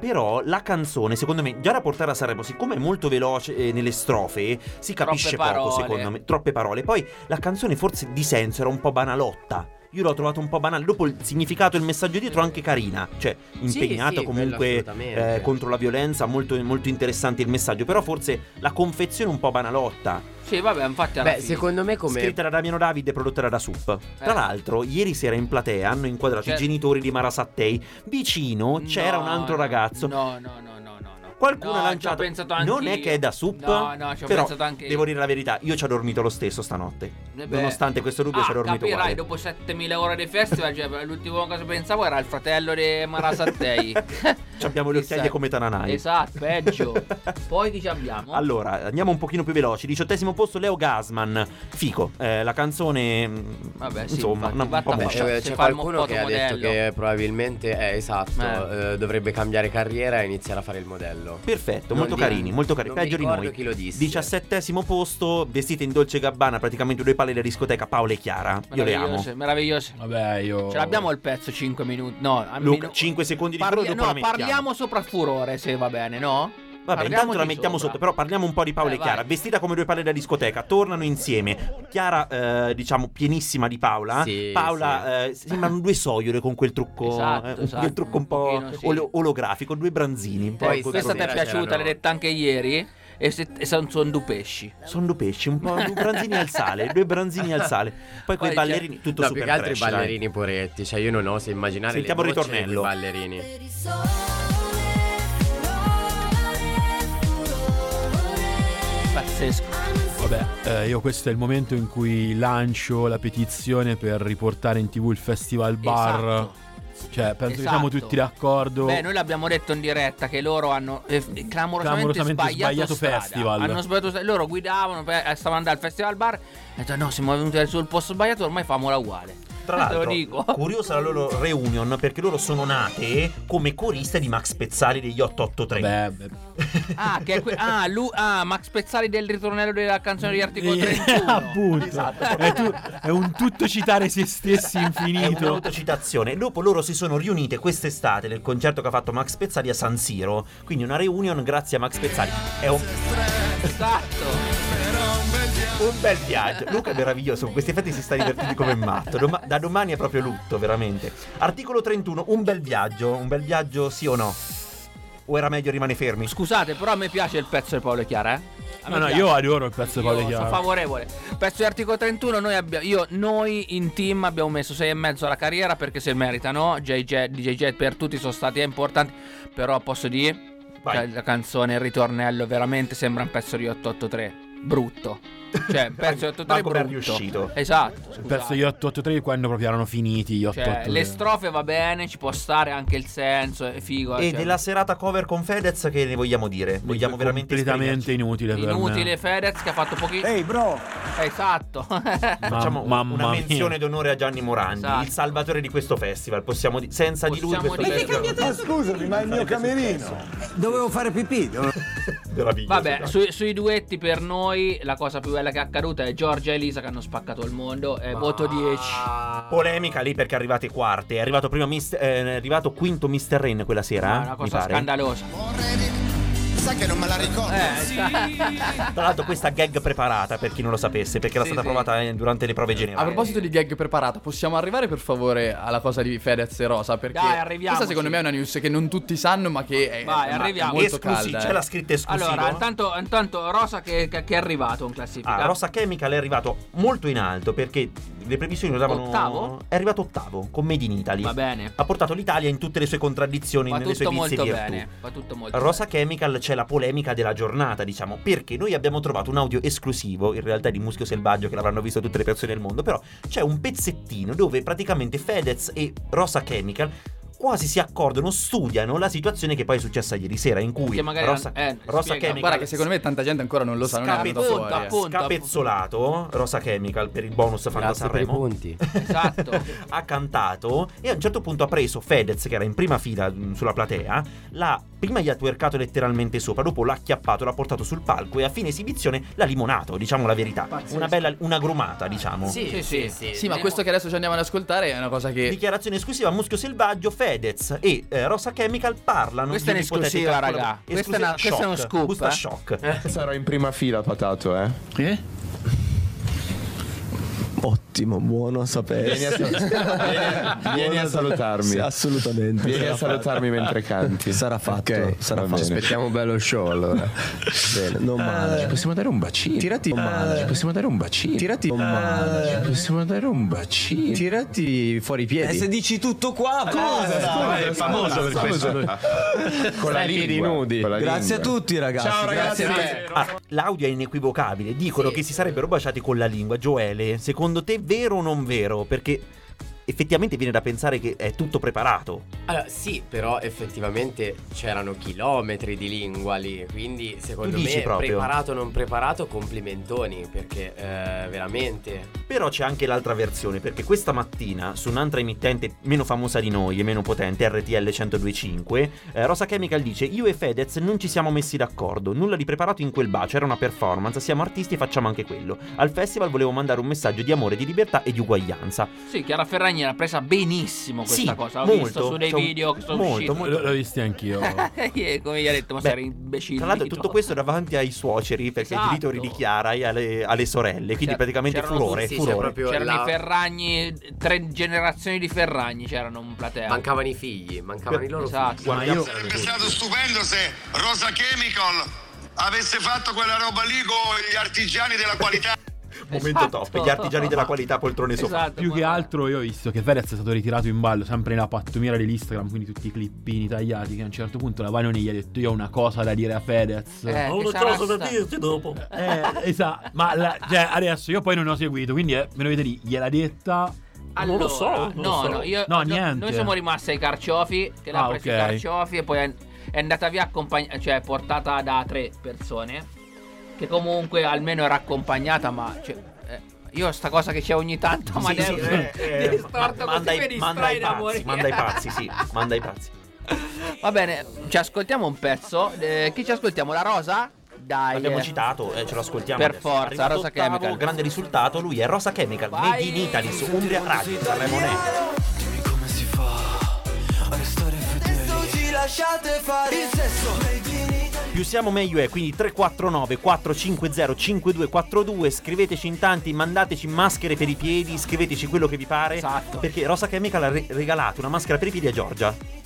Speaker 8: Però la canzone, secondo me, già da portare a Sanremo, siccome è molto veloce eh, nelle strofe, si capisce
Speaker 7: Troppe
Speaker 8: poco,
Speaker 7: parole.
Speaker 8: secondo me. Troppe parole. Poi la canzone, forse di senso, era un po' banalotta. Io l'ho trovata un po' banale. Dopo il significato e il messaggio dietro, anche carina. Cioè, impegnato
Speaker 9: sì, quello
Speaker 8: comunque
Speaker 9: assolutamente.
Speaker 8: eh, contro la violenza, molto, molto interessante il messaggio. Però forse la confezione un po' banalotta.
Speaker 7: Sì, vabbè, infatti alla
Speaker 9: Beh,
Speaker 7: fine.
Speaker 9: secondo me come.
Speaker 8: Scritta da Damiano Davide e prodotta da Da Sup.
Speaker 7: Eh.
Speaker 8: Tra l'altro, ieri sera in platea hanno inquadrato
Speaker 7: Certo.
Speaker 8: i genitori di Marasattei. Vicino c'era
Speaker 7: No,
Speaker 8: un altro
Speaker 7: no,
Speaker 8: ragazzo.
Speaker 7: No, no, no, no, no. no.
Speaker 8: Qualcuno
Speaker 7: No,
Speaker 8: ha
Speaker 7: ci ho
Speaker 8: lanciato.
Speaker 7: pensato anche
Speaker 8: non è
Speaker 7: io.
Speaker 8: che è da sup.
Speaker 7: No, no, ci ho
Speaker 8: però
Speaker 7: pensato anche io.
Speaker 8: Devo dire la verità, io ci ho dormito lo stesso stanotte.
Speaker 7: Eh beh.
Speaker 8: Nonostante questo dubbio,
Speaker 7: Ah,
Speaker 8: ci ho dormito
Speaker 7: capirai,
Speaker 8: uguale.
Speaker 7: dopo 7000 ore di festival, cioè, l'ultima cosa che pensavo era il fratello di Marasattei.
Speaker 8: Ci abbiamo le
Speaker 7: Chissà.
Speaker 8: ottaglie come Tananai.
Speaker 7: esatto, peggio. Poi chi ci abbiamo?
Speaker 8: Allora, andiamo un pochino più veloci. Diciottesimo posto, Leo Gasman. Fico. Eh, la canzone. mh,
Speaker 7: Vabbè, sì,
Speaker 8: insomma,
Speaker 7: infatti,
Speaker 8: una- un po'
Speaker 7: vatta-
Speaker 8: muscia.
Speaker 7: vabbè,
Speaker 9: Eh,
Speaker 7: Se
Speaker 9: C'è
Speaker 7: fa il
Speaker 9: qualcuno che ha detto
Speaker 7: fotomodello.
Speaker 9: che probabilmente eh, esatto, eh, dovrebbe cambiare carriera e iniziare a fare il modello.
Speaker 8: Perfetto,
Speaker 9: Non
Speaker 8: molto
Speaker 9: li-
Speaker 8: carini, molto carini.
Speaker 9: non mi
Speaker 8: Peggio di
Speaker 9: ricordo
Speaker 8: noi.
Speaker 9: chi lo disse.
Speaker 8: Diciassettesimo posto, vestite in dolce gabbana, praticamente due palle della discoteca Paola e Chiara. Io le amo.
Speaker 7: Meravigliose, meravigliose.
Speaker 6: Vabbè, io.
Speaker 7: Ce l'abbiamo il pezzo 5 minuti. No, a
Speaker 8: Luca,
Speaker 7: meno-
Speaker 8: 5 secondi di
Speaker 7: Parli-
Speaker 8: furore dopo
Speaker 7: no,
Speaker 8: la mettiamo.
Speaker 7: parliamo sopra furore se va bene, no?
Speaker 8: Vabbè, intanto la mettiamo sotto, però parliamo un po' di Paola
Speaker 7: Eh,
Speaker 8: e Chiara.
Speaker 7: vai.
Speaker 8: Vestita come due palle da discoteca, tornano insieme. Chiara, eh, diciamo, pienissima di Paola.
Speaker 9: Sì,
Speaker 8: Paola, eh, sembrano due soiole con quel trucco.
Speaker 7: Esatto,
Speaker 8: eh,
Speaker 7: esatto,
Speaker 8: quel trucco un po'
Speaker 7: pochino, sì.
Speaker 8: olo- olografico, due branzini. Un po'
Speaker 7: Poi
Speaker 8: col-
Speaker 7: questa ti è
Speaker 8: col-
Speaker 7: piaciuta, l'hai detta anche ieri. E, se- e son, son due pesci.
Speaker 8: Sono due pesci, un po' due branzini al sale, due branzini al sale. Poi quei
Speaker 7: Poi c'è-
Speaker 8: ballerini, tutto
Speaker 9: no,
Speaker 8: super
Speaker 9: più che altro
Speaker 8: trash,
Speaker 9: i ballerini poretti. Cioè, io non oso immaginare
Speaker 8: Sentiamo
Speaker 9: le
Speaker 8: il
Speaker 9: voci dei
Speaker 8: ritornello.
Speaker 9: ballerini.
Speaker 7: Pazzesco.
Speaker 6: Vabbè, eh, io questo è il momento in cui lancio la petizione per riportare in tv il festival bar. Cioè, penso che siamo
Speaker 7: Esatto.
Speaker 6: tutti d'accordo.
Speaker 7: Beh, noi l'abbiamo detto in diretta che loro hanno eh, clamorosamente,
Speaker 6: Clamorosamente
Speaker 7: sbagliato,
Speaker 6: sbagliato
Speaker 7: strada.
Speaker 6: festival.
Speaker 7: Hanno sbagliato strada. Loro guidavano, per- eh, stavano andando al festival bar. E detto, no, siamo venuti sul posto sbagliato, ormai famola uguale.
Speaker 8: Tra
Speaker 7: Te
Speaker 8: l'altro,
Speaker 7: lo dico.
Speaker 8: curiosa la loro reunion perché loro sono nate come coriste di Max Pezzali degli 883.
Speaker 7: Ah, che è que- ah, lu- ah, Max Pezzali del ritornello della canzone di Articolo 31.
Speaker 6: Mm. Eh, Appunto.
Speaker 7: Esatto.
Speaker 6: È, tu- è un tutto citare se stessi
Speaker 8: È
Speaker 6: infinito.
Speaker 8: un'autocitazione. Dopo loro si sono riunite quest'estate nel concerto che ha fatto Max Pezzali a San Siro. Quindi una reunion grazie a Max Pezzali. È un...
Speaker 7: Esatto.
Speaker 8: Un bel viaggio. Luca è meraviglioso, con questi effetti si sta divertendo come un matto. Doma- da domani è proprio lutto, veramente. Articolo 31, un bel viaggio. Un bel viaggio sì o no? O era meglio rimanere fermi?
Speaker 7: Scusate, però a me piace il pezzo di Paolo Chiara, eh? A me
Speaker 6: No, no,
Speaker 7: piace.
Speaker 6: io adoro il pezzo di Paolo
Speaker 7: Io
Speaker 6: Chiara.
Speaker 7: Sono favorevole. Pezzo di articolo 31, noi, abbia- io- noi in team abbiamo messo 6,5 alla carriera perché se meritano. JJ, DJ Jet per tutti sono stati eh, importanti, però posso dire... cioè, la canzone, il ritornello, veramente sembra un pezzo di 883. Brutto. Cioè, un pezzo di 883
Speaker 6: Manco ben
Speaker 7: brutto.
Speaker 6: riuscito.
Speaker 7: Esatto.
Speaker 6: Il pezzo degli 883 quando proprio erano finiti gli
Speaker 7: Cioè,
Speaker 6: 883.
Speaker 7: le strofe va bene, ci può stare anche il senso, è figo. eh,
Speaker 8: E
Speaker 7: cioè,
Speaker 8: della serata cover con Fedez che ne vogliamo dire? Vogliamo veramente
Speaker 6: Completamente inutile per
Speaker 7: Inutile Fedez che ha fatto pochino.
Speaker 8: Ehi bro!
Speaker 7: Esatto.
Speaker 8: esprimerci? Facciamo
Speaker 6: mamma
Speaker 8: una
Speaker 6: mia.
Speaker 8: menzione d'onore a Gianni Morandi, il salvatore di questo festival. Possiamo di- senza di lui
Speaker 7: Esatto. Possiamo
Speaker 8: questo
Speaker 7: dire- Avete
Speaker 12: Ma
Speaker 8: festival.
Speaker 12: scusami, ma il mio camerino.
Speaker 7: Dovevo fare pipì.
Speaker 8: Meraviglioso.
Speaker 7: Vabbè,
Speaker 8: dai.
Speaker 7: sui, sui duetti per noi la cosa più bella che è accaduta è Giorgia e Elisa che hanno spaccato il mondo. eh, Voto 10.
Speaker 8: Polemica lì perché arrivate quarte. È arrivato, prima Mist- eh, è arrivato quinto Mr. Rain quella sera.
Speaker 7: Ma è Ah, una
Speaker 8: Eh? mi
Speaker 7: cosa
Speaker 8: pare.
Speaker 7: scandalosa.
Speaker 13: Sai che non me la ricordo.
Speaker 7: Eh,
Speaker 8: Tra l'altro, questa gag preparata per chi non lo sapesse, perché era
Speaker 10: Sì,
Speaker 8: stata
Speaker 10: sì.
Speaker 8: provata eh, durante le prove generali.
Speaker 10: A proposito di gag preparata, possiamo arrivare per favore alla cosa di Fedez e Rosa? Perché
Speaker 7: Dai, arriviamoci.
Speaker 10: questa secondo me è una news che non tutti sanno, ma che è,
Speaker 7: Vai,
Speaker 10: è
Speaker 7: arriviamo.
Speaker 10: molto calda. eh.
Speaker 7: Allora, intanto, intanto Rosa che, che- che è arrivato in classifica.
Speaker 8: Ah, Rossa Chemical è arrivato molto in alto perché le previsioni lo davano.
Speaker 7: Ottavo?
Speaker 8: È arrivato ottavo con Made in Italy.
Speaker 7: Va bene.
Speaker 8: Ha portato l'Italia in tutte le sue contraddizioni,
Speaker 7: Va
Speaker 8: nelle sue
Speaker 7: tutto
Speaker 8: vizie
Speaker 7: molto
Speaker 8: e virtù.
Speaker 7: bene. Va tutto molto
Speaker 8: Rosa Chemical c'è la polemica della giornata, diciamo, perché noi abbiamo trovato un audio esclusivo, in realtà di Muschio Selvaggio che l'avranno visto tutte le persone del mondo, però c'è un pezzettino dove praticamente Fedez e Rosa Chemical quasi si accordano, studiano la situazione che poi è successa ieri sera, in cui
Speaker 10: Che magari
Speaker 8: Rosa,
Speaker 10: non- eh,
Speaker 8: Rosa
Speaker 10: spiega.
Speaker 8: Chemical...
Speaker 10: Guarda che secondo me tanta gente ancora non lo sa, non è
Speaker 8: Scape-
Speaker 10: venuta fuori. eh.
Speaker 8: scapezzolato Rosa Chemical per il bonus Fanta
Speaker 10: Grazie per i
Speaker 8: Sanremo esatto ha cantato e a un certo punto ha preso Fedez che era in prima fila mh, sulla platea l'ha prima gli ha twerkato letteralmente sopra dopo l'ha acchiappato l'ha portato sul palco e a fine esibizione l'ha limonato diciamo la verità una bella una grumata diciamo
Speaker 10: sì, sì, Sì, ma questo che adesso ci andiamo ad ascoltare è una cosa che...
Speaker 8: Dichiarazione esclusiva, Muschio Selvaggio, Fedez e eh, Rosa Chemical parlano
Speaker 7: Questa
Speaker 8: di
Speaker 7: è un'esclusiva,
Speaker 8: un'ipotetica
Speaker 7: raga.
Speaker 8: collab-
Speaker 7: Questa è una-
Speaker 8: esclusiva
Speaker 7: questo è uno
Speaker 8: shock,
Speaker 7: scoop,
Speaker 8: gusta
Speaker 7: eh.
Speaker 8: shock.
Speaker 14: Sarò in prima fila, patato, eh? Eh? Ottimo, buono a sapere.
Speaker 15: Vieni a sa-
Speaker 14: Vieni- vieni a
Speaker 15: Buono
Speaker 14: salutarmi.
Speaker 15: Sì, assolutamente.
Speaker 14: Vieni
Speaker 15: Sarà
Speaker 14: a salutarmi
Speaker 15: fatto.
Speaker 14: mentre canti.
Speaker 15: Sarà fatto.
Speaker 14: Ok,
Speaker 15: sarà
Speaker 14: va
Speaker 15: fatto.
Speaker 14: bene. Aspettiamo
Speaker 15: un bello show allora. Bene, non male.
Speaker 14: Ci possiamo dare un bacino.
Speaker 15: Tirati
Speaker 14: Non male. Ci possiamo dare un bacino.
Speaker 15: Tirati-
Speaker 14: Non male. Ci possiamo dare un bacino.
Speaker 15: Tirati fuori i piedi.
Speaker 14: Eh, se
Speaker 15: dici tutto qua,
Speaker 14: basta. Eh, è famoso per questo.
Speaker 15: Con la piedi nudi. Grazie a tutti, ragazzi. Grazie a te.
Speaker 8: Ah, l'audio è inequivocabile. Dicono che si sarebbero baciati con la lingua. Joele, secondo te vero o non vero? Perché effettivamente viene da pensare che è tutto preparato.
Speaker 9: Allora, sì, però effettivamente c'erano chilometri di lingua lì, quindi secondo
Speaker 8: Tu dici
Speaker 9: me
Speaker 8: proprio?
Speaker 9: preparato o non preparato complimentoni, perché eh, veramente...
Speaker 8: Però c'è anche l'altra versione, perché questa mattina su un'altra emittente meno famosa di noi e meno potente, RTL 1025, eh, Rosa Chemical dice: Io e Fedez non ci siamo messi d'accordo, nulla di preparato in quel bacio, era una performance, siamo artisti e facciamo anche quello. Al festival volevo mandare un messaggio di amore, di libertà e di uguaglianza.
Speaker 7: Sì, Chiara Ferragni l'ha presa benissimo questa
Speaker 8: Sì,
Speaker 7: cosa. Ho
Speaker 8: molto,
Speaker 7: visto su dei
Speaker 8: sono-
Speaker 7: video che sono
Speaker 8: molto,
Speaker 7: usciti.
Speaker 8: molto.
Speaker 6: L'ho visto anch'io.
Speaker 7: Eh, Come gli ha detto, ma
Speaker 8: Beh,
Speaker 7: sei imbecille.
Speaker 8: Tra l'altro, tutto questo davanti ai suoceri, perché ai
Speaker 7: Esatto. Cioè,
Speaker 8: genitori di Chiara e alle, alle sorelle, quindi praticamente
Speaker 7: C'erano
Speaker 8: furore.
Speaker 7: tutti, cioè,
Speaker 8: furore.
Speaker 7: c'erano i Ferragni, tre generazioni di Ferragni c'erano un plateo.
Speaker 9: Mancavano i figli, mancavano i loro figli.
Speaker 7: Guarda, Eh. Esatto. io-
Speaker 9: Sarebbe
Speaker 16: Sarebbe stato stupendo se Rosa Chemical avesse fatto quella roba lì con gli artigiani della qualità.
Speaker 8: Momento
Speaker 7: Esatto.
Speaker 8: top, gli artigiani della qualità poltrone sopra.
Speaker 6: Più che altro io ho visto che Fedez è stato ritirato in ballo sempre nella pattumiera dell'Instagram, quindi tutti i clippini tagliati, che a un certo punto la Vanoni gli ha detto io ho una cosa da dire a Fedez.
Speaker 7: Eh.
Speaker 4: Ho una cosa da dirti dopo.
Speaker 6: Eh, esatto, ma la- cioè, adesso io poi non ho seguito, quindi eh, me lo vedete lì, gliel'ha detta.
Speaker 7: Allora, no, no, io,
Speaker 6: no,
Speaker 7: no,
Speaker 6: niente.
Speaker 7: Noi siamo rimasti ai carciofi, che l'ha
Speaker 6: Ah,
Speaker 7: preso
Speaker 6: ok.
Speaker 7: i carciofi e poi è, è andata via accompagn- cioè portata da tre persone, che comunque almeno era accompagnata, ma... cioè, eh, io sta cosa che c'è ogni tanto, ma
Speaker 8: Sì, sì,
Speaker 7: adesso-
Speaker 8: eh, eh,
Speaker 7: distorto
Speaker 8: ma- manda
Speaker 7: così mi
Speaker 8: i-
Speaker 7: distrai
Speaker 8: manda i
Speaker 7: da
Speaker 8: pazzi,
Speaker 7: morire.
Speaker 8: manda i pazzi, sì, manda i pazzi.
Speaker 7: Va bene, ci ascoltiamo un pezzo. Eh, chi ci ascoltiamo? La Rosa? Dai.
Speaker 8: L'abbiamo
Speaker 7: eh.
Speaker 8: citato, eh, ce lo ascoltiamo.
Speaker 7: Per
Speaker 8: adesso.
Speaker 7: forza,
Speaker 8: Arrivato
Speaker 7: Rosa
Speaker 8: ottavo,
Speaker 7: Chemical.
Speaker 8: Grande risultato, lui è Rosa Chemical, Made in Italy su Umbria Radio, Sanremo Next.
Speaker 2: Come si fa a restare fedeli?
Speaker 13: Adesso ci lasciate fare il sesso. Made in Italy.
Speaker 8: Più siamo meglio è, quindi 349 450 5242, scriveteci in tanti, mandateci maschere per i piedi, scriveteci quello che vi pare,
Speaker 7: Esatto.
Speaker 8: perché Rosa Chemical ha re- regalato una maschera per i piedi a Giorgia.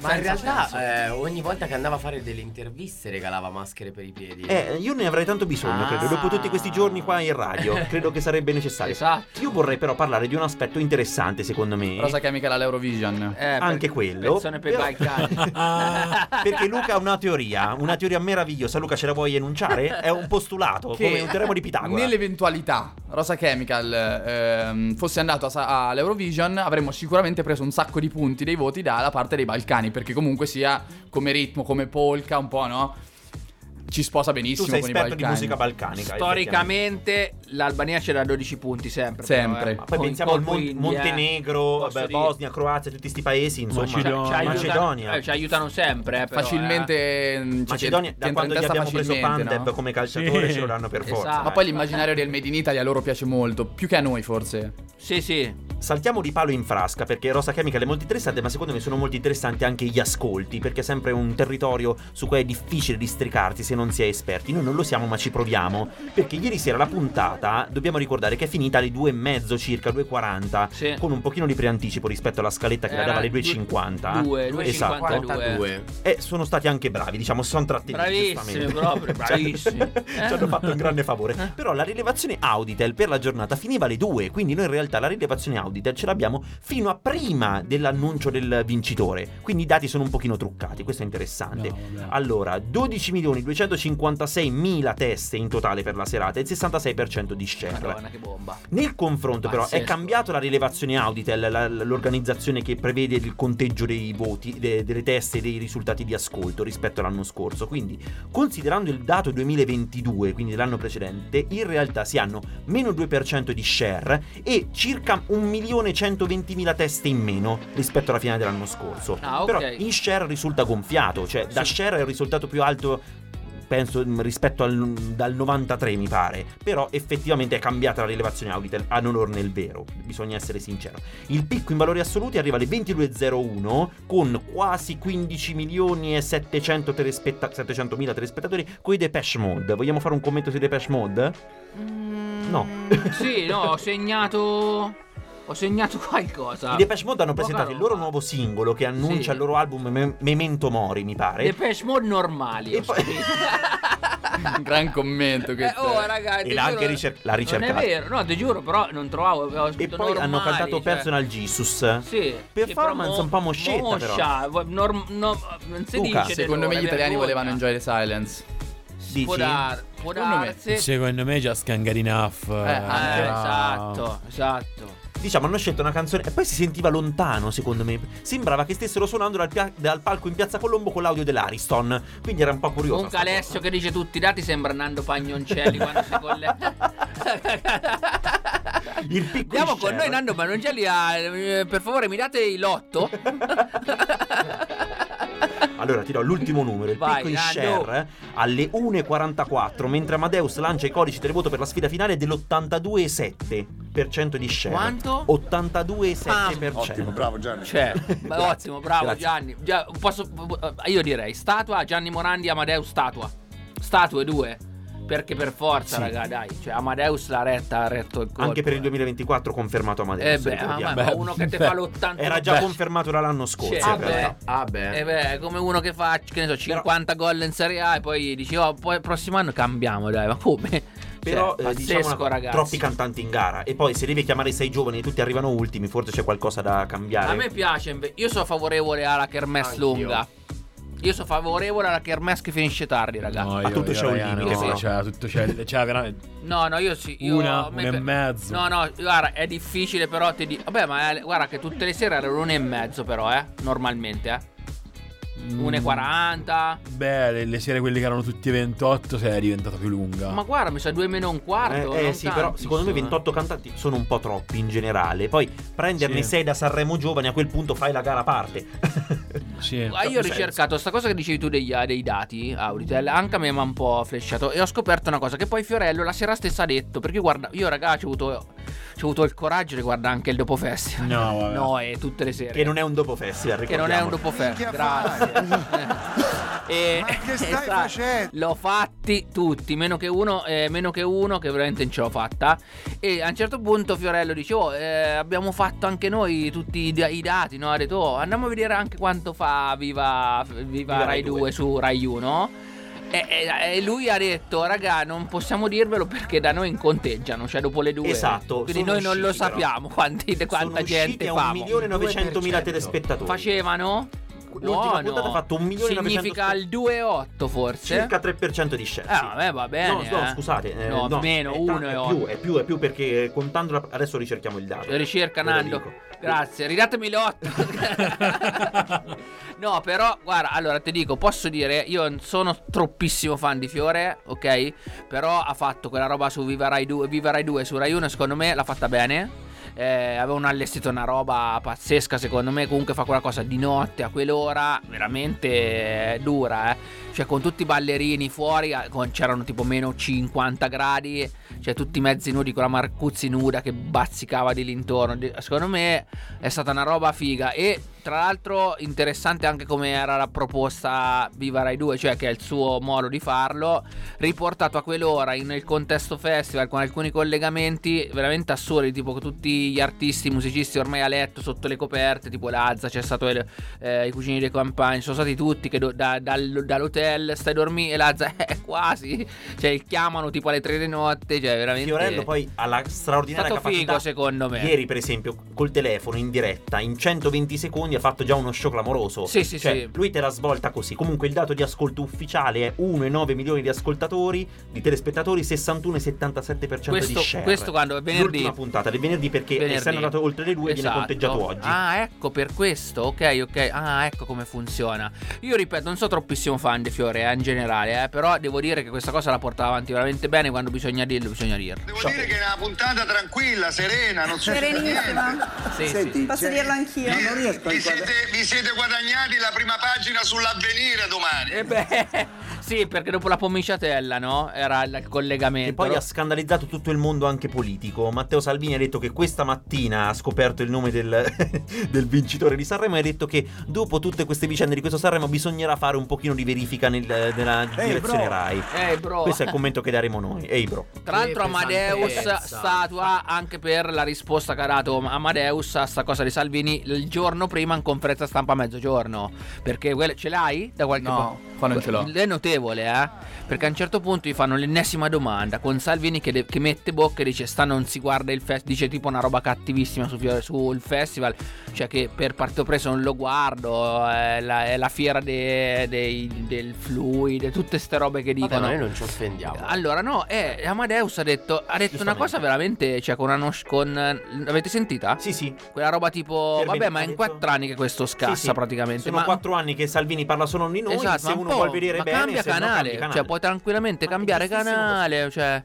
Speaker 9: Ma in
Speaker 8: Senza senso.
Speaker 9: realtà eh, ogni volta che andava a fare delle interviste regalava maschere per i piedi.
Speaker 8: Eh, io ne avrei tanto bisogno,
Speaker 9: Ah.
Speaker 8: credo, dopo tutti questi giorni qua in radio, credo che sarebbe necessario. Esatto. Io vorrei però parlare di un aspetto interessante, secondo me.
Speaker 10: Rosa Chemical
Speaker 7: eh,
Speaker 10: all'Eurovision.
Speaker 8: Eh, Anche quello. Però- Perché Luca ha una teoria, una teoria meravigliosa. Luca, ce la vuoi enunciare? È un postulato,
Speaker 10: Che
Speaker 8: come un teorema di Pitagora.
Speaker 10: Nell'eventualità Rosa Chemical ehm, fosse andato a sa- all'Eurovision, avremmo sicuramente preso un sacco di punti dei voti dalla parte dei Balcani, perché comunque sia come ritmo, come polka, un po', no? Ci sposa benissimo
Speaker 8: Tu sei
Speaker 10: con i
Speaker 8: esperto
Speaker 10: Balcani.
Speaker 8: di musica balcanica,
Speaker 7: Storicamente l'Albania c'era 12 punti sempre.
Speaker 10: Sempre.
Speaker 7: però, eh.
Speaker 8: Ma poi
Speaker 7: Con-
Speaker 8: pensiamo
Speaker 7: con
Speaker 8: al Mon-
Speaker 7: quindi, eh.
Speaker 8: Montenegro,
Speaker 7: Posso
Speaker 8: vabbè,
Speaker 7: dire-
Speaker 8: Bosnia, Croazia, tutti questi paesi, insomma.
Speaker 7: Ci- ci aiutano-
Speaker 8: Macedonia.
Speaker 7: eh, ci aiutano sempre. eh, però,
Speaker 10: Facilmente,
Speaker 7: eh.
Speaker 10: mm, cioè,
Speaker 8: Macedonia,
Speaker 10: ti
Speaker 8: da
Speaker 10: entra
Speaker 8: quando
Speaker 10: in
Speaker 8: gli
Speaker 10: testa
Speaker 8: abbiamo preso
Speaker 10: facilmente,
Speaker 8: Pandeb
Speaker 10: no? Esatto.
Speaker 8: come calciatore, ce lo danno per forza.
Speaker 10: Ma poi l'immaginario del Made in Italy a loro piace molto, più che a noi forse.
Speaker 7: Sì, sì.
Speaker 8: Saltiamo di palo in frasca perché Rosa Chemical è molto interessante, ma secondo me sono molto interessanti anche gli ascolti, perché è sempre un territorio su cui è difficile districarsi se non si è esperti. Noi non lo siamo, ma ci proviamo. Perché ieri sera la puntata, dobbiamo ricordare che è finita alle 2.30 circa, 2.40, con un pochino di preanticipo rispetto alla scaletta che la
Speaker 7: Era
Speaker 8: dava alle
Speaker 7: Eh, due-
Speaker 8: 2.50.
Speaker 7: due,
Speaker 8: Esatto.
Speaker 7: 2.52.
Speaker 8: E sono stati anche bravi, diciamo, si sono trattenuti.
Speaker 7: Bravissimi,
Speaker 8: giustamente.
Speaker 7: proprio,
Speaker 8: Ci hanno-
Speaker 7: bravissimi. Eh.
Speaker 8: Ci hanno fatto un grande favore. Però la rilevazione Auditel per la giornata finiva alle 2, quindi noi in realtà la rilevazione Auditel ce l'abbiamo fino a prima dell'annuncio del vincitore. Quindi i dati sono un pochino truccati, questo è interessante.
Speaker 7: Ah,
Speaker 8: allora, 12.256.000 teste in totale per la serata, il 66% di share.
Speaker 7: Madonna, che bomba.
Speaker 8: Nel confronto, però, è
Speaker 7: Pazzesco.
Speaker 8: cambiato la rilevazione Auditel, la- la- l'organizzazione che prevede il conteggio dei voti, de- delle teste e dei risultati di ascolto rispetto all'anno scorso. Quindi, considerando il dato 2022, quindi l'anno precedente, in realtà si hanno meno 2% di share e circa 1.120.000 teste in meno rispetto alla fine dell'anno scorso.
Speaker 7: Ah, ok.
Speaker 8: Però in share risulta gonfiato, cioè da share è il risultato più alto penso mh, rispetto al, dal 93 mi pare però effettivamente è cambiata la rilevazione Auditel a non orne il vero bisogna essere sincero il picco in valori assoluti arriva alle 22.01 con quasi 15 milioni e 700 telespetta- 700.000 telespettatori con i Depeche Mode vogliamo fare un commento sui Depeche Mode?
Speaker 7: Mm.
Speaker 8: no
Speaker 7: Sì, no, ho segnato. Ho segnato qualcosa.
Speaker 8: I Depeche Mode hanno presentato il loro nuovo singolo che annuncia
Speaker 7: Sì.
Speaker 8: il loro album Me- Memento Mori, mi pare.
Speaker 7: Depeche Mode normali. E poi...
Speaker 10: Gran commento che
Speaker 7: oh, raga, ti
Speaker 8: E l'ha
Speaker 7: giuro-
Speaker 8: anche ricer- l'ha
Speaker 7: Non
Speaker 8: ricercata.
Speaker 7: è vero, no, ti giuro, però non trovavo. Avevo
Speaker 8: E
Speaker 7: scritto
Speaker 8: poi hanno
Speaker 7: normali,
Speaker 8: cantato
Speaker 7: cioè.
Speaker 8: Personal Jesus.
Speaker 7: Sì,
Speaker 8: Performance un po' moscetta, però.
Speaker 7: però. Norm, no, non si
Speaker 10: Luca,
Speaker 7: dice
Speaker 10: secondo
Speaker 7: dell'ora,
Speaker 10: me gli
Speaker 7: vergogna.
Speaker 10: italiani volevano Enjoy the Silence.
Speaker 7: Può, dar, può darsi.
Speaker 6: Secondo me just can't get enough.
Speaker 7: Eh, eh, esatto, esatto.
Speaker 8: Diciamo, hanno scelto una canzone e poi si sentiva lontano, secondo me. Sembrava che stessero suonando dal, pia- dal palco in Piazza Colombo con l'audio dell'Ariston. Quindi era un po' curioso.
Speaker 7: Comunque Alessio che dice tutti i dati sembra Nando Pagnoncelli quando si colletta. Andiamo con noi Nando Pagnoncelli a, eh, per favore mi date il lotto.
Speaker 8: Allora ti do l'ultimo numero, il
Speaker 7: Vai,
Speaker 8: picco in
Speaker 7: Nando.
Speaker 8: share eh, alle 1.44, mentre Amadeus lancia i codici del voto per la sfida finale dell'82,7% di share.
Speaker 7: Quanto? Ah,
Speaker 8: 82,7%.
Speaker 7: Ottimo,
Speaker 8: bravo Gianni.
Speaker 7: Cioè, ma ottimo, bravo
Speaker 8: Grazie.
Speaker 7: Gianni. Già, posso- io direi statua Gianni Morandi Amadeus statua. Statue due. Perché per forza,
Speaker 8: Sì.
Speaker 7: raga, dai. Cioè, Amadeus l'ha retta, ha retto il colpo.
Speaker 8: Anche per il 2024 confermato
Speaker 7: Eh
Speaker 8: Amadeus.
Speaker 7: beh,
Speaker 8: ricordiamo.
Speaker 7: ah, ma- ma uno che te fa l'80.
Speaker 8: Era già confermato era l'anno scorso.
Speaker 7: Cioè,
Speaker 8: in
Speaker 7: ah,
Speaker 8: realtà.
Speaker 7: beh. Eh beh, è come uno che fa, che ne so, 50 gol in Serie A e poi dice, oh, poi prossimo anno cambiamo, dai, ma come?
Speaker 8: Però
Speaker 7: cioè,
Speaker 8: eh, diciamo una
Speaker 7: pazzesco,
Speaker 8: cosa,
Speaker 7: ragazzi.
Speaker 8: troppi cantanti in gara. E poi se devi chiamare i sei giovani e tutti arrivano ultimi, forse c'è qualcosa da cambiare.
Speaker 7: A me piace, inve- io sono favorevole alla kermesse
Speaker 8: Anch'io.
Speaker 7: lunga. Io sono favorevole alla kermesse che finisce tardi, ragazzi.
Speaker 6: No, io- io, raga, no,
Speaker 7: Io sì.
Speaker 6: cioè, tutto c'è, cioè, veramente.
Speaker 7: No, no, io sì. Io,
Speaker 6: Una,
Speaker 7: a me
Speaker 6: una e
Speaker 7: pe-
Speaker 6: mezzo.
Speaker 7: No, no, guarda, è difficile, però ti dico. Vabbè, ma eh, guarda che tutte le sere era l'una e mezzo, però, eh. Normalmente, eh.
Speaker 8: Mm.
Speaker 7: 1,40.
Speaker 6: Beh, le, le sere quelle che erano tutti 28, se è diventata più lunga.
Speaker 7: Ma guarda, mi sa 2 meno un
Speaker 8: Eh,
Speaker 7: quarto.
Speaker 8: Ah. eh,
Speaker 7: non
Speaker 8: sì, però
Speaker 7: tanti,
Speaker 8: secondo me
Speaker 7: insomma.
Speaker 8: 28 cantanti sono un po' troppi in generale. Poi prenderne 6 da Sanremo Giovani, a quel punto fai la gara a parte. Eh,
Speaker 6: Sì.
Speaker 7: Ah, io ho ricercato sta cosa che dicevi tu degli, dei dati, Auritel, anche a me mi ha un po' flashato e ho scoperto una cosa che poi Fiorello la sera stessa ha detto, perché guarda, io ragazzi ho avuto c'è avuto il coraggio di guardare anche il dopo festival.
Speaker 8: No, vabbè.
Speaker 7: no, e tutte le sere.
Speaker 8: Che non è un dopo festival,
Speaker 7: Che non è un dopo festival. Grazie. E-
Speaker 17: Ma che stai
Speaker 7: esatto.
Speaker 17: facendo?
Speaker 7: L'ho fatti tutti, meno che uno, eh, meno che uno che veramente non ce l'ho fatta. E a un certo punto Fiorello dice: Oh, eh, abbiamo fatto anche noi tutti i, da- i dati, no? Ha detto: Oh, andiamo a vedere anche quanto fa Viva, viva, Rai,
Speaker 8: Rai
Speaker 7: 2,
Speaker 8: 2.
Speaker 7: su Rai 1. E, e- e lui ha detto, raga, non possiamo dirvelo perché da noi in conteggiano, cioè dopo le due.
Speaker 8: Esatto,
Speaker 7: Quindi
Speaker 8: sono
Speaker 7: noi non lo
Speaker 8: usciti, però.
Speaker 7: sappiamo quanti, quanta gente
Speaker 8: a
Speaker 7: fa.
Speaker 8: 1.900.000 telespettatori.
Speaker 7: Facevano?
Speaker 8: L'ultima
Speaker 7: Buono.
Speaker 8: puntata ha fatto 1.900.000
Speaker 7: Significa il 2,8 forse.
Speaker 8: Circa 3% di share.
Speaker 7: Ah, vabbè, va bene.
Speaker 8: No, no,
Speaker 7: eh.
Speaker 8: scusate. eh,
Speaker 7: no, meno
Speaker 8: è ta-
Speaker 7: 1
Speaker 8: è più, è più, è più perché eh, contando la- adesso ricerchiamo il dato.
Speaker 7: Ricerca
Speaker 8: Esatto. Ve lo
Speaker 7: Nando.
Speaker 8: dico.
Speaker 7: Grazie, ridatemi l'8. no, però, guarda, allora ti dico, posso dire, io non sono troppissimo fan di Fiore, ok? Però ha fatto quella roba su Viva Rai 2, Viva Rai 2 su Rai 1, secondo me l'ha fatta bene. Eh, avevano allestito una roba pazzesca, secondo me. Comunque fa quella cosa di notte a quell'ora, veramente eh, dura, eh. Cioè, con tutti i ballerini fuori, eh, con- c'erano tipo meno 50 gradi, cioè tutti mezzi nudi con la Marcuzzi nuda che bazzicava di lì intorno. Di- Secondo me è stata una roba figa. E tra l'altro, interessante anche come era la proposta Viva Rai 2, cioè che è il suo modo di farlo, riportato a quell'ora in- nel contesto festival con alcuni collegamenti veramente assurdi, tipo che tutti gli artisti, i musicisti ormai a letto sotto le coperte, tipo Lazza, c'è stato il- eh, i cugini dei compagni, sono stati tutti che do- da- dal- dall'hotel stai dormendo e Lazza è quasi, cioè chiamano tipo alle 3 di notte, cioè veramente...
Speaker 8: Fiorello poi ha la straordinaria
Speaker 7: Stato
Speaker 8: capacità.
Speaker 7: figo, secondo me.
Speaker 8: Ieri, per esempio, col telefono in diretta, in 120 secondi ha fatto già uno show clamoroso.
Speaker 7: Sì, sì,
Speaker 8: Cioè,
Speaker 7: sì.
Speaker 8: Lui te la svolta così. Comunque il dato di ascolto ufficiale è 1,9 milioni di ascoltatori, di telespettatori, 61,77%
Speaker 7: Questo-
Speaker 8: di share.
Speaker 7: questo quando? È venerdì?
Speaker 8: L'ultima puntata del venerdì perché eh,
Speaker 7: Venerdì.
Speaker 8: essendo andato oltre le 2 viene
Speaker 7: Esatto.
Speaker 8: conteggiato oggi.
Speaker 7: Ah, ecco per questo. Ok, ok. Ah, ecco come funziona. Io ripeto, non sono troppissimo fan di Fiore eh, in generale, eh, però devo dire che questa cosa la porta avanti veramente bene. Quando bisogna dirlo, bisogna dirlo.
Speaker 16: Devo dire che è una puntata tranquilla, serena, non succede
Speaker 18: Serenissima.
Speaker 16: niente.
Speaker 7: Senti,
Speaker 18: Posso dirlo anch'io?
Speaker 16: Vi- vi, siete, vi siete guadagnati la prima pagina sull'avvenire domani.
Speaker 7: E Eh beh, sì, perché dopo la pomiciatella, no? Era il collegamento.
Speaker 8: E poi
Speaker 7: no?
Speaker 8: ha scandalizzato tutto il mondo anche politico. Matteo Salvini ha detto che questa mattina ha scoperto il nome del, del vincitore di Sanremo e ha detto che dopo tutte queste vicende di questo Sanremo bisognerà fare un pochino di verifica nel- nella direzione
Speaker 7: bro.
Speaker 8: Rai.
Speaker 7: Ehi, Eh, bro.
Speaker 8: Questo è il commento che daremo noi. Ehi bro.
Speaker 7: Tra l'altro Amadeus
Speaker 8: pesantezza.
Speaker 7: statua anche per la risposta che ha dato Amadeus a sta cosa di Salvini il giorno prima in conferenza stampa a mezzogiorno. Perché quella- ce l'hai da qualche
Speaker 10: No, qua non ce l'ho.
Speaker 7: È notevole, eh? Perché a un certo punto gli fanno l'ennesima domanda con Salvini che, de- che mette bocca e dice sta non si guarda il festival, dice tipo una roba cattivissima su Fiore- sul festival, cioè che per partito preso non lo guardo, è la, è la fiera de- dei- del fluide, tutte ste robe che dicono.
Speaker 9: Vabbè, ma noi non ci offendiamo.
Speaker 7: Allora, no, eh, Amadeus ha detto, ha detto una cosa veramente. Cioè, con una. nos- Con, l'avete sentita?
Speaker 8: Sì, sì.
Speaker 7: Quella roba tipo.
Speaker 8: Per
Speaker 7: vabbè,
Speaker 8: bene-
Speaker 7: ma
Speaker 8: ha
Speaker 7: è in
Speaker 8: detto-
Speaker 7: quattro anni che questo scassa
Speaker 8: Sì, sì.
Speaker 7: praticamente.
Speaker 8: Sono
Speaker 7: ma...
Speaker 8: quattro anni che Salvini parla solo di noi.
Speaker 7: Esatto,
Speaker 8: se
Speaker 7: ma
Speaker 8: uno
Speaker 7: un po',
Speaker 8: vuol vedere
Speaker 7: ma
Speaker 8: bene,
Speaker 7: cambia,
Speaker 8: se no
Speaker 7: canale,
Speaker 8: cambia canale.
Speaker 7: Cioè, puoi tranquillamente cambiare canale. Cioè, cioè,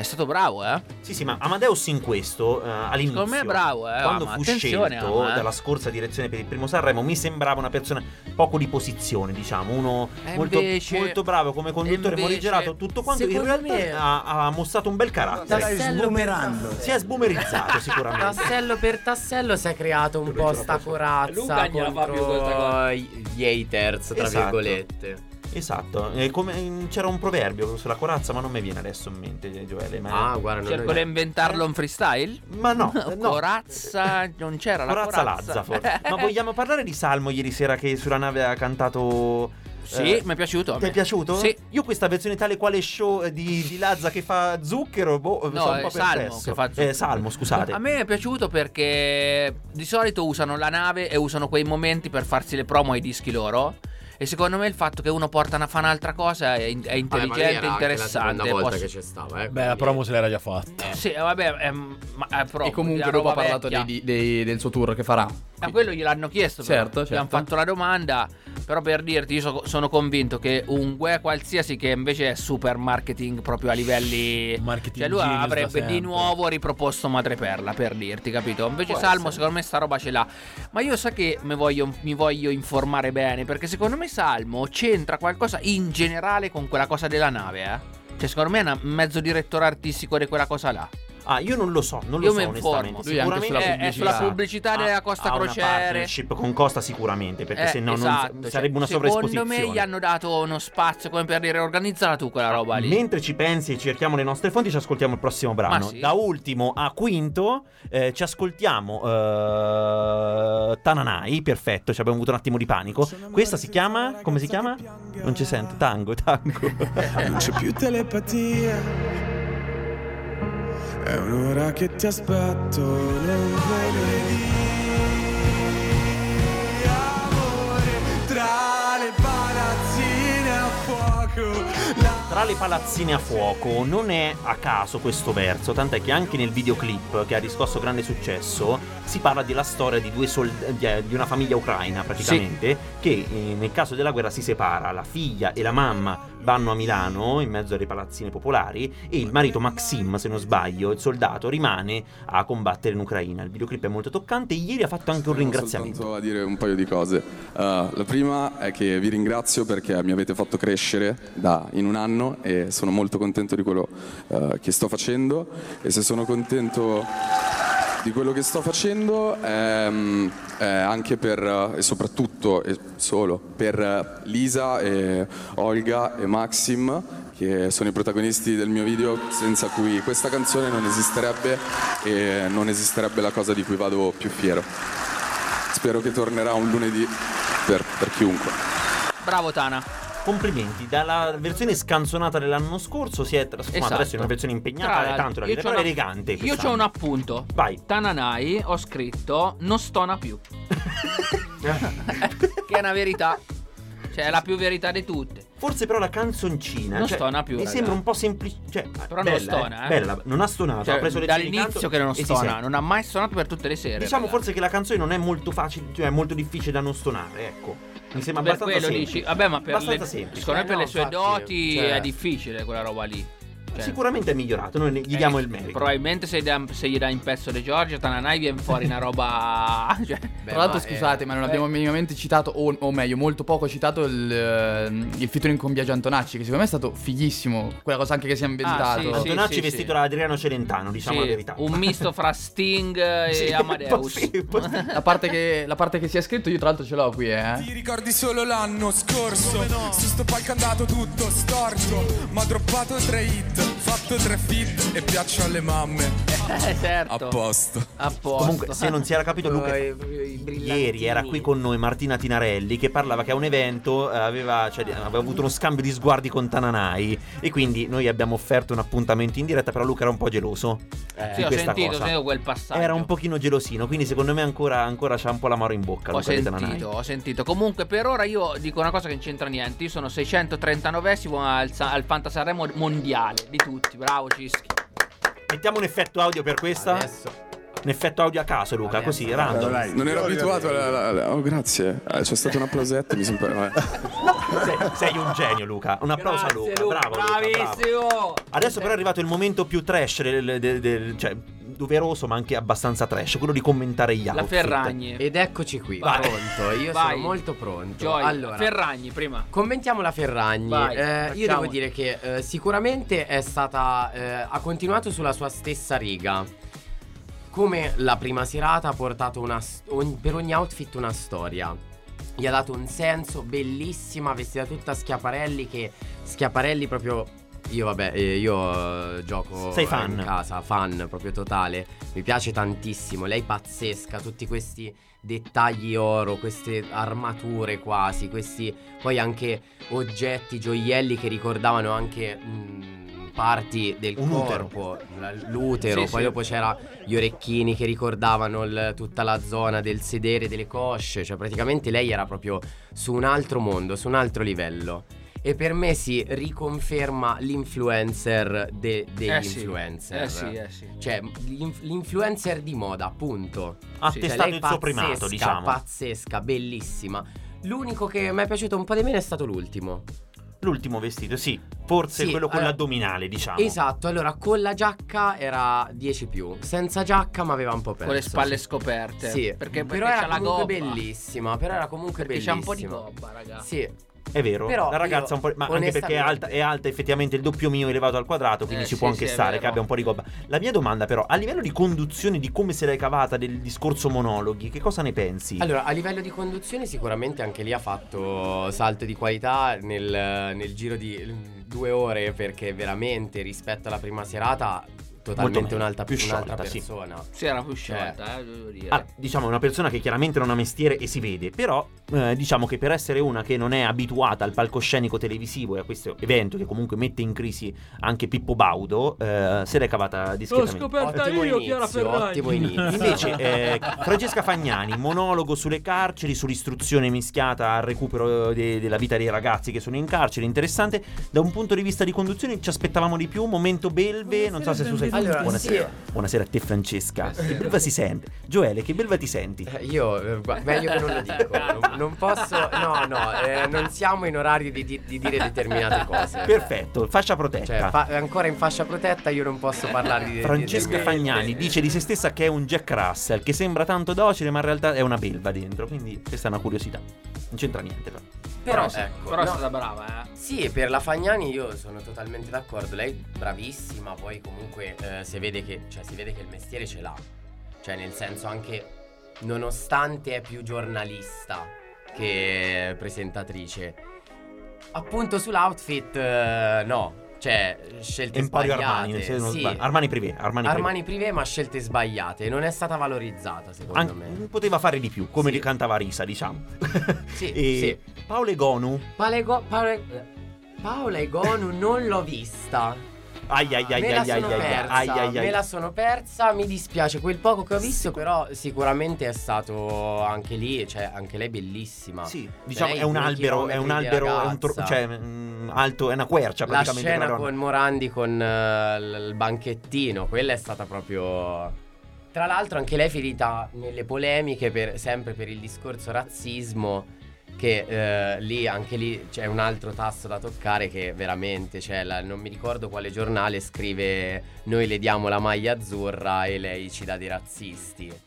Speaker 7: è stato bravo, eh.
Speaker 8: Sì, sì, ma Amadeus in questo eh, all'inizio.
Speaker 7: Secondo me è bravo, eh,
Speaker 8: Quando
Speaker 7: Ama,
Speaker 8: fu
Speaker 7: attenzione,
Speaker 8: scelto
Speaker 7: Ama, eh.
Speaker 8: dalla scorsa direzione per il primo Sanremo, mi sembrava una persona poco di posizione, diciamo, uno
Speaker 7: E
Speaker 8: molto,
Speaker 7: Eh, invece- Eh,
Speaker 8: molto bravo come conduttore,
Speaker 7: invece-
Speaker 8: morigerato, tutto quanto. In
Speaker 7: secondo
Speaker 8: realtà
Speaker 7: me-
Speaker 8: ha, ha mostrato un bel carattere.
Speaker 9: Stai sboomerando.
Speaker 8: Si è sboomerizzato sicuramente.
Speaker 9: Tassello per tassello si è creato un po' sta corazza
Speaker 7: Luca gliela fa più questa
Speaker 9: contro gli haters, tra
Speaker 8: Esatto.
Speaker 9: virgolette.
Speaker 8: Esatto, eh, come- c'era un proverbio sulla corazza, ma non mi viene adesso in mente, Gioele. Ma...
Speaker 9: Ah, guarda, non
Speaker 7: Cerco di inventarlo in freestyle?
Speaker 8: Ma no, Eh? no.
Speaker 7: Corazza, non c'era la
Speaker 8: Corazza
Speaker 7: corazza. Eh,
Speaker 8: Lazza, forse. Ma vogliamo parlare di Salmo ieri sera che sulla nave ha cantato. eh,
Speaker 7: Sì, mi è piaciuto.
Speaker 8: Ti è piaciuto?
Speaker 7: Sì.
Speaker 8: Io questa versione tale quale show eh, di, di Lazza che fa zucchero, boh,
Speaker 7: No,
Speaker 8: sono un
Speaker 7: è
Speaker 8: po'
Speaker 7: Salmo
Speaker 8: perplesso.
Speaker 7: che fa zucchero.
Speaker 8: Eh, Salmo, scusate.
Speaker 7: A me è piaciuto perché di solito usano la nave e usano quei momenti per farsi le promo ai dischi loro. E secondo me il fatto che uno porta una fa un'altra cosa è, è
Speaker 9: Vabbè, Ah, ma lei
Speaker 7: intelligente,
Speaker 9: era anche La
Speaker 7: interessante.
Speaker 9: seconda volta
Speaker 7: posso-
Speaker 9: che c'è stava, eh.
Speaker 6: Beh, la promo se l'era già fatta.
Speaker 7: Sì, eh, vabbè, ehm, ma è promo,
Speaker 10: E comunque
Speaker 7: la
Speaker 10: dopo ha
Speaker 7: roba
Speaker 10: parlato
Speaker 7: vecchia.
Speaker 10: dei- dei- del suo tour che farà.
Speaker 7: A quello gliel'hanno chiesto, però.
Speaker 10: Certo,
Speaker 7: gli hanno
Speaker 10: certo.
Speaker 7: fatto la domanda. Però per dirti, io so- sono convinto che un guè qualsiasi, che invece è super marketing proprio a livelli.
Speaker 6: Marketing
Speaker 7: Cioè, lui
Speaker 6: genius da
Speaker 7: avrebbe
Speaker 6: sempre.
Speaker 7: di nuovo riproposto Madreperla, per dirti, capito? Invece
Speaker 6: Può
Speaker 7: Salmo, secondo me, sta roba ce l'ha. Ma io so che mi voglio, mi voglio informare bene, perché secondo me Salmo c'entra qualcosa in generale con quella cosa della nave, eh. Cioè, secondo me è un mezzo direttore artistico di quella cosa là.
Speaker 8: Ah, io non lo so, non lo
Speaker 7: Io
Speaker 8: so
Speaker 7: mi
Speaker 8: onestamente.
Speaker 7: informo. Lui anche
Speaker 8: Sicuramente
Speaker 7: sulla È- è sulla pubblicità
Speaker 8: Ha-
Speaker 7: della Costa
Speaker 8: ha una
Speaker 7: Crociere.
Speaker 8: partnership con Costa sicuramente, perché
Speaker 7: Eh,
Speaker 8: se no non-
Speaker 7: esatto, cioè,
Speaker 8: sarebbe una
Speaker 7: Secondo me gli
Speaker 8: sovraesposizione.
Speaker 7: hanno dato uno spazio come per dire organizzala tu quella roba lì.
Speaker 8: Mentre ci pensi e cerchiamo le nostre fonti, ci ascoltiamo il prossimo brano.
Speaker 7: sì.
Speaker 8: Da ultimo a quinto, eh, ci ascoltiamo eh, Tananai. Perfetto, ci abbiamo avuto un attimo di panico. Questa si chiama. Come si chiama? Non ci sento. Tango, tango.
Speaker 2: Non c'è più telepatia. È un'ora che ti aspetto, non credi. Amore, tra le palazzine a fuoco.
Speaker 8: Tra le palazzine a fuoco non è a caso questo verso, tant'è che anche nel videoclip che ha riscosso grande successo si parla della storia di, due sold- di eh, di una famiglia ucraina praticamente che eh, nel caso della guerra si separa, la figlia e la mamma vanno a Milano in mezzo alle palazzine popolari e il marito Maxim, se non sbaglio, il soldato rimane a combattere in Ucraina. Il videoclip è molto toccante e ieri ha fatto anche un ringraziamento.
Speaker 17: Soltanto a dire un paio di cose. Uh, la prima è che vi ringrazio perché mi avete fatto crescere da- in un anno e sono molto contento di quello uh, che sto facendo e se sono contento di quello che sto facendo ehm, è anche per uh, e soprattutto e solo per uh, Lisa e Olga e Maxim che sono i protagonisti del mio video senza cui questa canzone non esisterebbe e non esisterebbe la cosa di cui vado più fiero. Spero che tornerà un lunedì per, per chiunque.
Speaker 7: Bravo Tana.
Speaker 8: Complimenti, dalla versione scanzonata dell'anno scorso si è trasformata
Speaker 7: Esatto.
Speaker 8: adesso in una versione
Speaker 7: Tra
Speaker 8: impegnata,
Speaker 7: l'altro,
Speaker 8: tanto la
Speaker 7: io
Speaker 8: direi,
Speaker 7: c'ho
Speaker 8: però
Speaker 7: una-
Speaker 8: elegante.
Speaker 7: Io
Speaker 8: quest'anno.
Speaker 7: ho un appunto.
Speaker 8: Vai.
Speaker 7: Tananai ho scritto non stona più. che è una verità. Cioè è la più verità di tutte.
Speaker 8: Forse però la canzoncina
Speaker 7: Non
Speaker 8: cioè,
Speaker 7: stona più.
Speaker 8: Mi
Speaker 7: raga.
Speaker 8: sembra un po' semplice. Cioè,
Speaker 7: Però
Speaker 8: bella,
Speaker 7: non stona, eh.
Speaker 8: Bella, non ha stonato.
Speaker 7: Cioè,
Speaker 8: ha preso le
Speaker 7: dall'inizio che non stona, non ha mai stonato per tutte le sere.
Speaker 8: Diciamo forse che la canzone non è molto facile, cioè è molto difficile da non stonare, ecco. Mi sembra
Speaker 7: per
Speaker 8: abbastanza
Speaker 7: quello
Speaker 8: semplice.
Speaker 7: dici, vabbè, ma per le,
Speaker 8: abbastanza semplice. Eh
Speaker 7: secondo me per le sue doti
Speaker 8: cioè-
Speaker 7: è difficile quella roba lì. Cioè- Eh,
Speaker 8: Sicuramente è migliorato, noi ne- gli diamo il merito.
Speaker 7: Probabilmente se, gli dà- se gli dai in pezzo De Giorgio, Tananai viene fuori una roba. cioè- eh,
Speaker 10: Tra l'altro, scusate, ma non abbiamo minimamente citato, o, o meglio, molto poco citato il, ehm, il featuring con Biagio Antonacci, che secondo me è stato fighissimo. Quella cosa anche che
Speaker 7: Ah,
Speaker 10: si è inventato.
Speaker 8: Antonacci vestito da Adriano Celentano, diciamo
Speaker 10: Sì,
Speaker 8: la verità.
Speaker 7: Un misto fra Sting e
Speaker 10: Sì, un po'
Speaker 7: Amadeus.
Speaker 10: La parte, che, la parte che si è scritto, io tra l'altro ce l'ho qui, eh.
Speaker 18: Ricordi solo l'anno scorso Su sto palco è andato tutto storto Ma ho droppato tre hit Fatto tre fit E piaccio alle mamme
Speaker 7: Eh, certo.
Speaker 18: A posto
Speaker 7: A posto Eh,
Speaker 8: Comunque, se non si era capito, Luca ieri era qui con noi Martina Tinarelli che parlava che a un evento eh, aveva, cioè, aveva avuto uno scambio di sguardi con Tananai e quindi noi abbiamo offerto un appuntamento in diretta, però Luca era un po' geloso
Speaker 7: Eh, Sì,
Speaker 8: di
Speaker 7: ho
Speaker 8: questa
Speaker 7: sentito, ho
Speaker 8: cosa.
Speaker 7: sentito quel passaggio.
Speaker 8: Era un pochino gelosino, quindi secondo me ancora, ancora c'ha un po' l'amaro in bocca
Speaker 7: Ho
Speaker 8: Luca di Tananai.
Speaker 7: sentito, ho sentito. Comunque, per ora io dico una cosa che non c'entra niente. Io sono 639esimo al, Sa- al Fanta Sanremo mondiale di tutti. Bravo, Cischi.
Speaker 8: Mettiamo un effetto audio per questa. Un effetto audio a caso, Luca, così, random.
Speaker 17: Non ero abituato alla, alla- alla- Oh, grazie. Eh, c'è stato un applausetto, mi sembra. eh. vabbè.
Speaker 8: Sei, sei un genio, Luca. Un applauso a Luca. Bravo, Luca, bravo. Adesso però è arrivato il momento più trash, del, del- del- cioè doveroso ma anche abbastanza trash, quello di commentare gli outfit.
Speaker 9: Ed eccoci qui,
Speaker 8: Vai.
Speaker 9: pronto. Io
Speaker 8: Vai.
Speaker 9: sono molto pronto.
Speaker 7: Joy,
Speaker 9: Allora,
Speaker 7: Ferragni prima.
Speaker 9: Commentiamo la Ferragni.
Speaker 7: Vai,
Speaker 9: Eh, io
Speaker 7: facciamo.
Speaker 9: devo dire che eh, sicuramente è stata. eh, ha continuato sulla sua stessa riga. Come la prima serata ha portato una s- ogn- per ogni outfit una storia. Gli ha dato un senso, bellissima, vestita tutta a Schiaparelli. Che Schiaparelli proprio. Io vabbè, eh, io eh, gioco
Speaker 8: Sei fan.
Speaker 9: in casa, fan proprio totale. Mi piace tantissimo, lei pazzesca, tutti questi dettagli oro, queste armature quasi, questi poi anche oggetti, gioielli che ricordavano anche mh, parti del
Speaker 8: Un utero.
Speaker 9: corpo, la- l'utero,
Speaker 8: Sì,
Speaker 9: poi
Speaker 8: sì.
Speaker 9: dopo c'era gli orecchini che ricordavano il- tutta la zona del sedere, delle cosce, cioè praticamente lei era proprio su un altro mondo, su un altro livello. E per me si riconferma l'influencer de- degli
Speaker 7: Eh sì.
Speaker 9: influencer.
Speaker 7: Eh sì, eh sì.
Speaker 9: Cioè, l'inf- l'influencer di moda, punto.
Speaker 8: Ha
Speaker 9: Sì.
Speaker 8: testato
Speaker 9: Cioè, lei
Speaker 8: il suo primato,
Speaker 9: pazzesca,
Speaker 8: diciamo.
Speaker 9: Pazzesca, bellissima. L'unico che mi è piaciuto un po' di meno è stato l'ultimo.
Speaker 8: L'ultimo vestito, sì. Forse
Speaker 9: Sì,
Speaker 8: quello con
Speaker 9: eh,
Speaker 8: l'addominale, diciamo.
Speaker 9: Esatto, allora con la giacca era 10 più, senza giacca mi aveva un po' perso.
Speaker 7: Con le spalle scoperte.
Speaker 9: Sì,
Speaker 7: Perché,
Speaker 9: però
Speaker 7: perché c'ha
Speaker 9: era
Speaker 7: la
Speaker 9: comunque
Speaker 7: gobba.
Speaker 9: bellissima, però era comunque
Speaker 7: Perché c'ha un
Speaker 9: bellissima.
Speaker 7: po' di gobba, raga.
Speaker 9: Sì,
Speaker 8: È vero,
Speaker 9: Però
Speaker 8: la ragazza
Speaker 9: io,
Speaker 8: un po'. Ma anche perché è alta,
Speaker 9: onestamente-
Speaker 8: è alta effettivamente il doppio mio elevato al quadrato, quindi
Speaker 9: Eh,
Speaker 8: ci
Speaker 9: sì,
Speaker 8: può anche
Speaker 9: sì, è
Speaker 8: stare che
Speaker 9: vero.
Speaker 8: abbia un po' di gobba. La mia domanda, però, a livello di conduzione di come se l'hai cavata del discorso monologhi, che cosa ne pensi?
Speaker 9: Allora, a livello di conduzione, sicuramente anche lì ha fatto salto di qualità nel, nel giro di mm, due ore, perché veramente rispetto alla prima serata, totalmente
Speaker 8: meglio,
Speaker 9: un'altra,
Speaker 8: più
Speaker 9: un'altra
Speaker 8: sciolta, sì.
Speaker 9: persona.
Speaker 7: Sì, era più
Speaker 9: Cioè,
Speaker 7: sciolta, eh, devo dire.
Speaker 8: Ah, diciamo, è una persona che chiaramente non ha mestiere e si vede, però eh, diciamo che per essere una che non è abituata al palcoscenico televisivo e a questo evento che comunque mette in crisi anche Pippo Baudo, eh, se l'è cavata discretamente.
Speaker 9: Ottimo
Speaker 4: io,
Speaker 9: inizio,
Speaker 4: Chiara Ferragni.
Speaker 9: Ottimo inizio.
Speaker 8: Invece, eh, Francesca Fagnani, monologo sulle carceri, sull'istruzione mischiata al recupero de- della vita dei ragazzi che sono in carcere, interessante. Da un punto di vista di conduzione ci aspettavamo di più, momento belve, non so se tu sei...
Speaker 9: benvenuti. Allora,
Speaker 8: buonasera.
Speaker 9: sì.
Speaker 8: buonasera a te Francesca, che belva si sente. Gioele, che belva ti senti?
Speaker 9: Eh, Io, eh, gua- meglio che non lo dico, non, non posso, no, no, eh, non siamo in orario di, di- di dire determinate cose.
Speaker 8: Perfetto, fascia protetta.
Speaker 9: Cioè, fa- ancora in fascia protetta io non posso parlare di...
Speaker 8: Francesca Fagnani dice di se stessa che è un Jack Russell, che sembra tanto docile, ma in realtà è una belva dentro. Quindi questa è una curiosità. Non c'entra niente, però.
Speaker 9: Però,
Speaker 7: sì,
Speaker 9: ecco,
Speaker 7: però è
Speaker 9: no.
Speaker 7: stata brava, eh.
Speaker 9: Sì, per la Fagnani io sono totalmente d'accordo. Lei è bravissima, poi comunque eh, si, vede che, cioè, si vede che il mestiere ce l'ha. Cioè, nel senso anche nonostante è più giornalista che presentatrice. Appunto sull'outfit, eh, no. Cioè, scelte
Speaker 8: Emporio
Speaker 9: sbagliate.
Speaker 8: Armani, se non
Speaker 9: sì.
Speaker 8: sbaglio. Armani Privé, Armani Privé.
Speaker 9: Armani privé, ma scelte sbagliate. Non è stata valorizzata, secondo
Speaker 8: Anche-
Speaker 9: me.
Speaker 8: poteva fare di più, come ricantava Risa, diciamo.
Speaker 9: Sì,
Speaker 8: E Paolo Egonu.
Speaker 9: Palego, pale, eh, Paola Egonu non l'ho vista.
Speaker 8: Ai ai ai
Speaker 9: me
Speaker 8: ai
Speaker 9: la
Speaker 8: ai
Speaker 9: sono
Speaker 8: ai,
Speaker 9: persa,
Speaker 8: ai ai
Speaker 9: me
Speaker 8: ai.
Speaker 9: la sono persa, mi dispiace quel poco che ho visto, però sicuramente è stato anche lì, cioè anche lei bellissima.
Speaker 8: Sì, diciamo
Speaker 9: Lei
Speaker 8: è un
Speaker 9: due
Speaker 8: albero, è un
Speaker 9: chilometri di
Speaker 8: albero, è un tro-
Speaker 9: ragazza.
Speaker 8: cioè mm, alto, è una quercia
Speaker 9: la
Speaker 8: praticamente
Speaker 9: scena
Speaker 8: quella donna.
Speaker 9: con Morandi con eh, l- il banchettino, quella è stata proprio Tra l'altro anche lei è finita nelle polemiche per- sempre per il discorso razzismo che eh, lì anche lì c'è un altro tasto da toccare che veramente cioè, la- non mi ricordo quale giornale scrive noi le diamo la maglia azzurra e lei ci dà dei razzisti.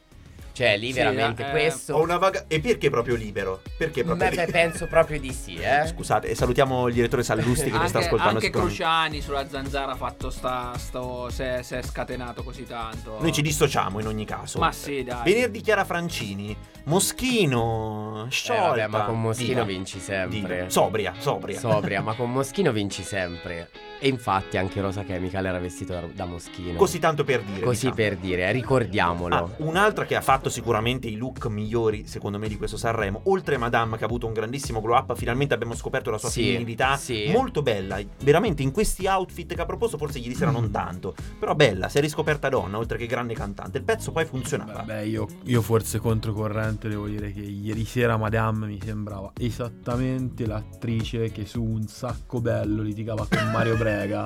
Speaker 9: Cioè lì
Speaker 8: Sì,
Speaker 9: veramente
Speaker 8: eh,
Speaker 9: questo
Speaker 8: ho una vaga- E perché proprio libero? Perché proprio
Speaker 9: Beh,
Speaker 8: libero?
Speaker 9: penso proprio di sì, eh.
Speaker 8: Scusate, e salutiamo il direttore Sallusti che mi
Speaker 7: Anche,
Speaker 8: sta ascoltando
Speaker 7: anche
Speaker 8: sicuramente.
Speaker 7: Cruciani sulla zanzara ha fatto sta, sto, se, se è scatenato così tanto.
Speaker 8: Noi ci dissociamo in ogni caso.
Speaker 7: Ma sì, dai.
Speaker 8: Venerdì Chiara Francini, Moschino, sciolta.
Speaker 9: Eh, vabbè, ma con Moschino
Speaker 8: Diva.
Speaker 9: vinci sempre.
Speaker 8: Diva. Sobria, sobria.
Speaker 9: Sobria, ma con Moschino vinci sempre. E infatti anche Rosa Chemical era vestito da, da Moschino.
Speaker 8: Così tanto per dire.
Speaker 9: Così
Speaker 8: diciamo.
Speaker 9: per dire, eh, ricordiamolo.
Speaker 8: Ah, un'altra che ha fatto sicuramente i look migliori, secondo me, di questo Sanremo, oltre a Madame che ha avuto un grandissimo glow up, finalmente abbiamo scoperto la sua
Speaker 9: Sì,
Speaker 8: femminilità.
Speaker 9: sì.
Speaker 8: Molto bella, veramente in questi outfit che ha proposto, forse ieri sera
Speaker 9: Mm.
Speaker 8: non tanto, però bella, si è riscoperta donna, oltre che grande cantante. Il pezzo poi funzionava.
Speaker 6: Vabbè, io, io forse controcorrente devo dire che ieri sera Madame mi sembrava esattamente l'attrice che su un sacco bello litigava con Mario Brega.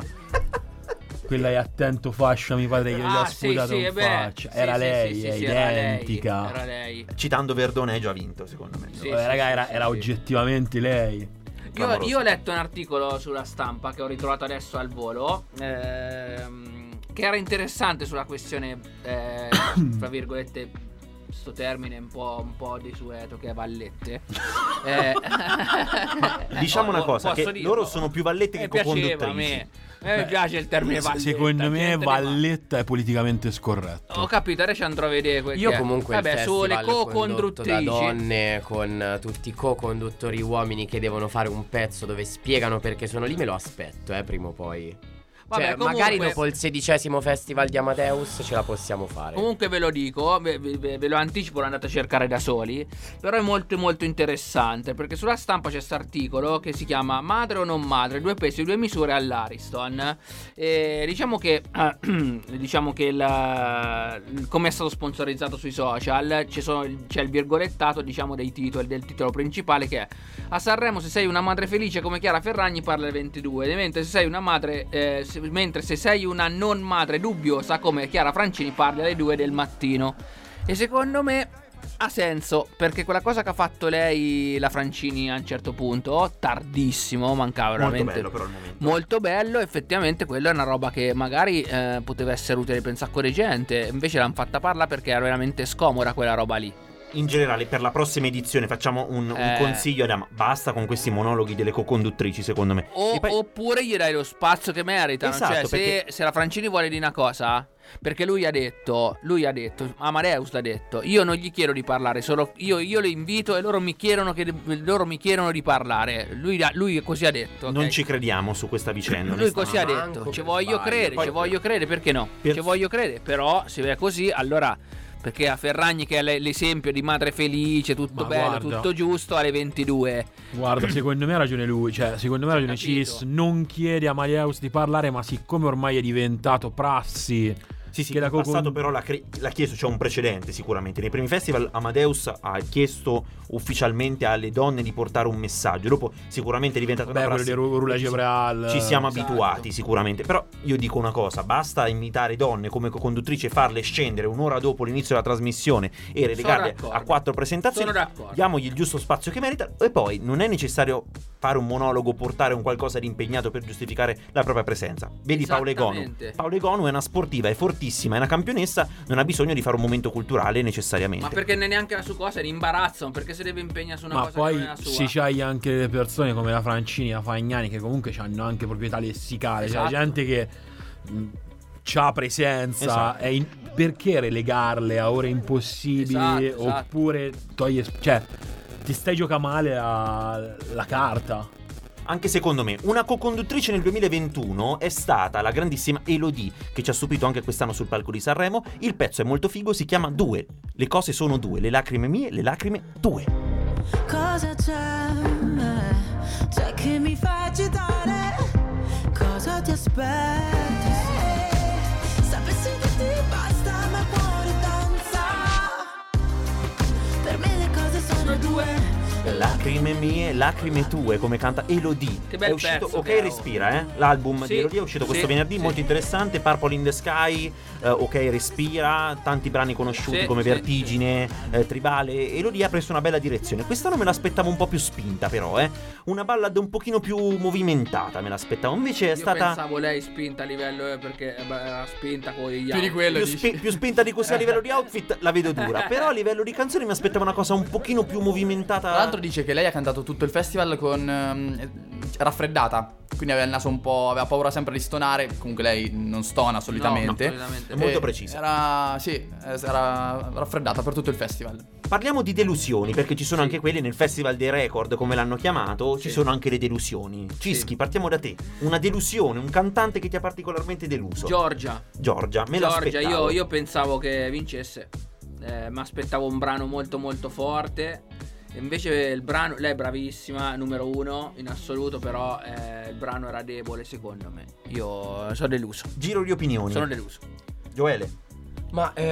Speaker 6: Quella è attento fascia, mi pare che gli
Speaker 7: Ah,
Speaker 6: ha
Speaker 7: sì,
Speaker 6: sputato
Speaker 7: sì,
Speaker 6: in
Speaker 7: eh beh,
Speaker 6: faccia.
Speaker 7: sì,
Speaker 6: Era
Speaker 7: sì,
Speaker 6: lei,
Speaker 7: sì,
Speaker 6: è
Speaker 7: sì, era lei,
Speaker 6: identica.
Speaker 7: era lei.
Speaker 8: Citando Verdone, hai già vinto, secondo me.
Speaker 7: Sì,
Speaker 6: Eh,
Speaker 7: sì,
Speaker 6: raga,
Speaker 7: sì,
Speaker 6: era,
Speaker 7: sì,
Speaker 6: era
Speaker 7: sì.
Speaker 6: oggettivamente lei.
Speaker 7: Io,
Speaker 6: Clamoroso.
Speaker 7: io ho letto un articolo sulla stampa che ho ritrovato adesso al volo. ehm, che era interessante sulla questione, eh, tra virgolette, sto termine un po', un po' desueto che è vallette. Eh,
Speaker 8: Diciamo una
Speaker 7: po-
Speaker 8: cosa,
Speaker 7: posso
Speaker 8: che
Speaker 7: dirlo?
Speaker 8: loro sono più vallette che
Speaker 7: Mi piaceva a
Speaker 8: coconduttrici.
Speaker 7: me. A me Eh, piace il termine
Speaker 6: Se-
Speaker 7: valletta.
Speaker 6: Secondo me
Speaker 7: gente ne
Speaker 6: Valletta è politicamente scorretta.
Speaker 7: Ho capito, adesso andrò a vedere quel
Speaker 9: Io
Speaker 7: che è.
Speaker 9: comunque
Speaker 7: Vabbè,
Speaker 9: il
Speaker 7: sulle
Speaker 9: festival condotto da
Speaker 7: co-conduttrici.
Speaker 9: donne con eh, tutti i co-conduttori uomini che devono fare un pezzo dove spiegano perché sono lì me lo aspetto, eh, prima o poi.
Speaker 7: Vabbè,
Speaker 9: cioè,
Speaker 7: comunque-
Speaker 9: magari dopo il sedicesimo festival di Amadeus ce la possiamo fare.
Speaker 7: Comunque ve lo dico, ve, ve- ve lo anticipo, lo andate a cercare da soli. Però è molto molto interessante perché sulla stampa c'è questo articolo che si chiama Madre o non madre, due pesi e due misure all'Ariston. E diciamo che, diciamo che la- il- come è stato sponsorizzato sui social, ci sono- c'è il virgolettato diciamo, dei titoli, del titolo principale che è a Sanremo se sei una madre felice come Chiara Ferragni parla alle 22, mentre se sei una madre eh, se- mentre se sei una non madre dubbiosa come Chiara Francini parla alle 2 del mattino. E secondo me ha senso perché quella cosa che ha fatto lei la Francini a un certo punto, tardissimo, mancava
Speaker 8: Molto
Speaker 7: veramente
Speaker 8: bello però il momento.
Speaker 7: Molto bello, effettivamente quella è una roba che magari eh, poteva essere utile per un sacco di gente, invece l'hanno fatta parla perché era veramente scomoda quella roba lì.
Speaker 8: in generale per la prossima edizione facciamo un, un
Speaker 7: Eh.
Speaker 8: consiglio ad Ama. Basta con questi monologhi delle co-conduttrici, secondo me.
Speaker 7: O- Oppure gli dai lo spazio che meritano.
Speaker 8: Esatto,
Speaker 7: cioè, se, se la Francini vuole dire una cosa. Perché lui ha detto, lui ha detto, Amadeus l'ha detto, io non gli chiedo di parlare, solo io, io le invito e loro mi chiedono, che, loro mi chiedono di parlare. Lui, lui così ha detto. ok?
Speaker 8: Non ci crediamo su questa vicenda.
Speaker 7: Lui così ha
Speaker 8: onestamente.
Speaker 7: detto, ci voglio
Speaker 8: sbaglio.
Speaker 7: credere,
Speaker 8: Poi-
Speaker 7: ci voglio credere, perché no? Ci voglio credere, però se è così, allora perché a Ferragni che è le- l'esempio di madre felice, tutto
Speaker 6: Ma
Speaker 7: bello,
Speaker 6: guarda.
Speaker 7: tutto giusto, alle 22.
Speaker 6: Guarda, secondo me ha ragione lui, cioè secondo me ha ragione Cis, non chiede a Mariaus di parlare, ma siccome ormai è diventato prassi,
Speaker 8: Sì, sì,
Speaker 6: che la
Speaker 8: in passato
Speaker 6: co-con-
Speaker 8: però l'ha, cre- l'ha chiesto, c'è un precedente sicuramente. Nei primi festival Amadeus ha chiesto ufficialmente alle donne di portare un messaggio. Dopo sicuramente è diventato
Speaker 6: Beh,
Speaker 8: una
Speaker 6: quello
Speaker 8: prassi.
Speaker 6: di Ru- Rula Gebral.
Speaker 7: Eh,
Speaker 8: Ci siamo
Speaker 6: Esatto.
Speaker 8: abituati sicuramente, però io dico una cosa, basta imitare donne come co-conduttrici e farle scendere un'ora dopo l'inizio della trasmissione e relegarle
Speaker 7: d'accordo.
Speaker 8: a quattro presentazioni,
Speaker 7: Sono d'accordo.
Speaker 8: diamogli il giusto spazio che merita e poi non è necessario fare un monologo, portare un qualcosa di impegnato per giustificare la propria presenza. Vedi Paolo Egonu,
Speaker 7: Esattamente.
Speaker 8: Paolo Egonu è una sportiva, è fortissima, è una campionessa, non ha bisogno di fare un momento culturale necessariamente.
Speaker 7: Ma perché ne- neanche la sua cosa è imbarazzo, perché si deve impegnare su una
Speaker 6: Ma
Speaker 7: cosa che non è
Speaker 6: poi
Speaker 7: la sua.
Speaker 6: si c'hai anche le persone come la Francini, la Fagnani, che comunque hanno anche proprietà lessicale, cioè
Speaker 7: Esatto.
Speaker 6: gente che ha presenza,
Speaker 7: Esatto.
Speaker 6: è in- perché relegarle a ore impossibili
Speaker 7: Esatto, esatto.
Speaker 6: oppure toglie... cioè ti stai gioca male a- la carta.
Speaker 8: Anche secondo me, una co-conduttrice nel 2021 è stata la grandissima Elodie, che ci ha stupito anche quest'anno sul palco di Sanremo. Il pezzo è molto figo, si chiama Due. Le cose sono due, le lacrime mie, le lacrime tue.
Speaker 19: Cosa c'è? C'è Cioè, che mi fa agitare? Cosa ti aspetti? Sapessi che ti basta, ma cuore danza. Per me le cose sono due.
Speaker 8: Lacrime mie, lacrime tue, come canta Elodie.
Speaker 7: Che bel
Speaker 8: è uscito,
Speaker 7: pezzo
Speaker 8: ok,
Speaker 7: che è, oh.
Speaker 8: respira, eh. L'album
Speaker 7: Sì,
Speaker 8: di Elodie è uscito questo
Speaker 7: sì,
Speaker 8: venerdì,
Speaker 7: sì.
Speaker 8: molto interessante. Purple in the Sky, eh, ok, respira. Tanti brani conosciuti
Speaker 7: Sì,
Speaker 8: come
Speaker 7: sì,
Speaker 8: Vertigine, eh, Tribale. Elodie ha preso una bella direzione. Quest'anno me l'aspettavo un po' più spinta, però, eh. Una ballad un pochino più movimentata, me l'aspettavo. Invece è
Speaker 7: Io
Speaker 8: stata.
Speaker 7: pensavo lei spinta a livello eh, perché eh, beh, era spinta con gli altri.
Speaker 8: più, spi- più spinta di così a livello di outfit la vedo dura. Però a livello di canzoni mi aspettavo una cosa un pochino più movimentata.
Speaker 10: Tra l'altro dice che lei ha cantato tutto il festival con ehm, eh, raffreddata, quindi aveva il naso un po', aveva paura sempre di stonare, comunque lei non stona solitamente.
Speaker 8: no, solitamente. È molto
Speaker 10: Eh,
Speaker 8: precisa.
Speaker 10: Era sì, eh, era raffreddata per tutto il festival.
Speaker 8: Parliamo di delusioni, perché ci sono anche quelle nel Festival dei Record, come l'hanno chiamato, ci sono anche le delusioni. Cischi, partiamo da te. Una delusione, un cantante che ti ha particolarmente deluso.
Speaker 7: Eh, Giorgia.
Speaker 8: Giorgia, me
Speaker 7: Giorgia,
Speaker 8: l'aspettavo.
Speaker 7: io, io pensavo che vincesse. Eh, mi aspettavo un brano molto molto forte. Invece il brano, lei è bravissima, numero uno in assoluto, però eh, il brano era debole secondo me. Io sono deluso.
Speaker 8: Giro di opinioni.
Speaker 7: Sono deluso.
Speaker 8: Joele.
Speaker 9: Ma eh,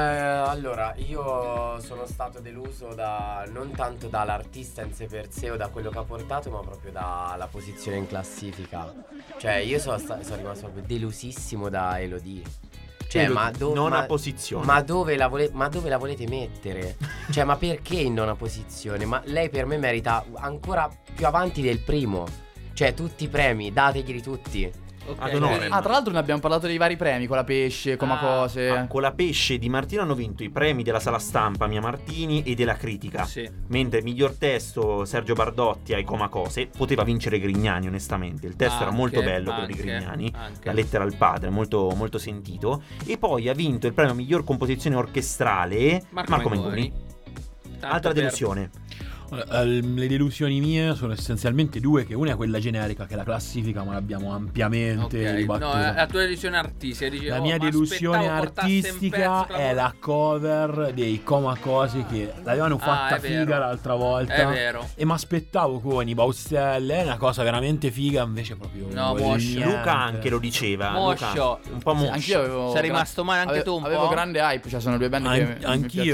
Speaker 9: allora io sono stato deluso da, non tanto dall'artista in sé per sé o da quello che ha portato, ma proprio dalla posizione in classifica. Cioè, io sono, sta- sono rimasto proprio delusissimo da Elodie. Cioè,
Speaker 8: Elodie,
Speaker 9: ma dove.
Speaker 8: nona
Speaker 9: ma-
Speaker 8: posizione.
Speaker 9: Ma dove, la vole- ma dove la volete mettere? Cioè, ma perché in nona posizione? Ma lei per me merita ancora più avanti del primo. Cioè, tutti i premi, dateglieli tutti.
Speaker 8: Ad onore.
Speaker 10: Ah, tra l'altro ne abbiamo parlato dei vari premi, con la pesce, con ma cose.
Speaker 8: Ah, con la pesce di Martino hanno vinto i premi della sala stampa Mia Martini e della critica. Mentre miglior testo Sergio Bardotti ai Coma Cose poteva vincere Grignani, onestamente. Il testo era
Speaker 7: Anche,
Speaker 8: molto bello quello di
Speaker 7: anche,
Speaker 8: Grignani,
Speaker 7: anche.
Speaker 8: la lettera al padre, molto, molto sentito. E poi ha vinto il premio miglior composizione orchestrale
Speaker 7: Marco
Speaker 8: Marco,
Speaker 7: Mengoni.
Speaker 8: Mengoni. Altra delusione.
Speaker 6: Allora, eh, Le delusioni mie sono essenzialmente due, che una è quella generica, che è la classifica, ma l'abbiamo ampiamente
Speaker 7: Ok, No, eh,
Speaker 6: ribattuta.
Speaker 7: la tua delusione artistica. dici,
Speaker 6: La
Speaker 7: "Oh,
Speaker 6: mia
Speaker 7: ma
Speaker 6: delusione
Speaker 7: aspettavo portasse un
Speaker 6: artistica
Speaker 7: pezzo che
Speaker 6: è la cover dei Coma Cose che l'avevano
Speaker 7: Ah,
Speaker 6: fatta
Speaker 7: è vero.
Speaker 6: figa l'altra volta.
Speaker 7: È vero.
Speaker 6: E mi aspettavo con i Baustelle, è una cosa veramente figa, invece proprio.
Speaker 7: No,
Speaker 6: quel
Speaker 7: Moscio.
Speaker 6: niente.
Speaker 8: Luca anche lo diceva.
Speaker 7: Moscio.
Speaker 8: Luca, un po'
Speaker 10: Sì,
Speaker 8: moscio.
Speaker 10: Anch'io avevo.
Speaker 7: Sei rimasto male anche
Speaker 10: ave-
Speaker 7: tu un po'?
Speaker 10: Avevo grande hype, cioè sono due band che.
Speaker 6: An-
Speaker 10: mi
Speaker 6: anch'io,
Speaker 10: piacciono-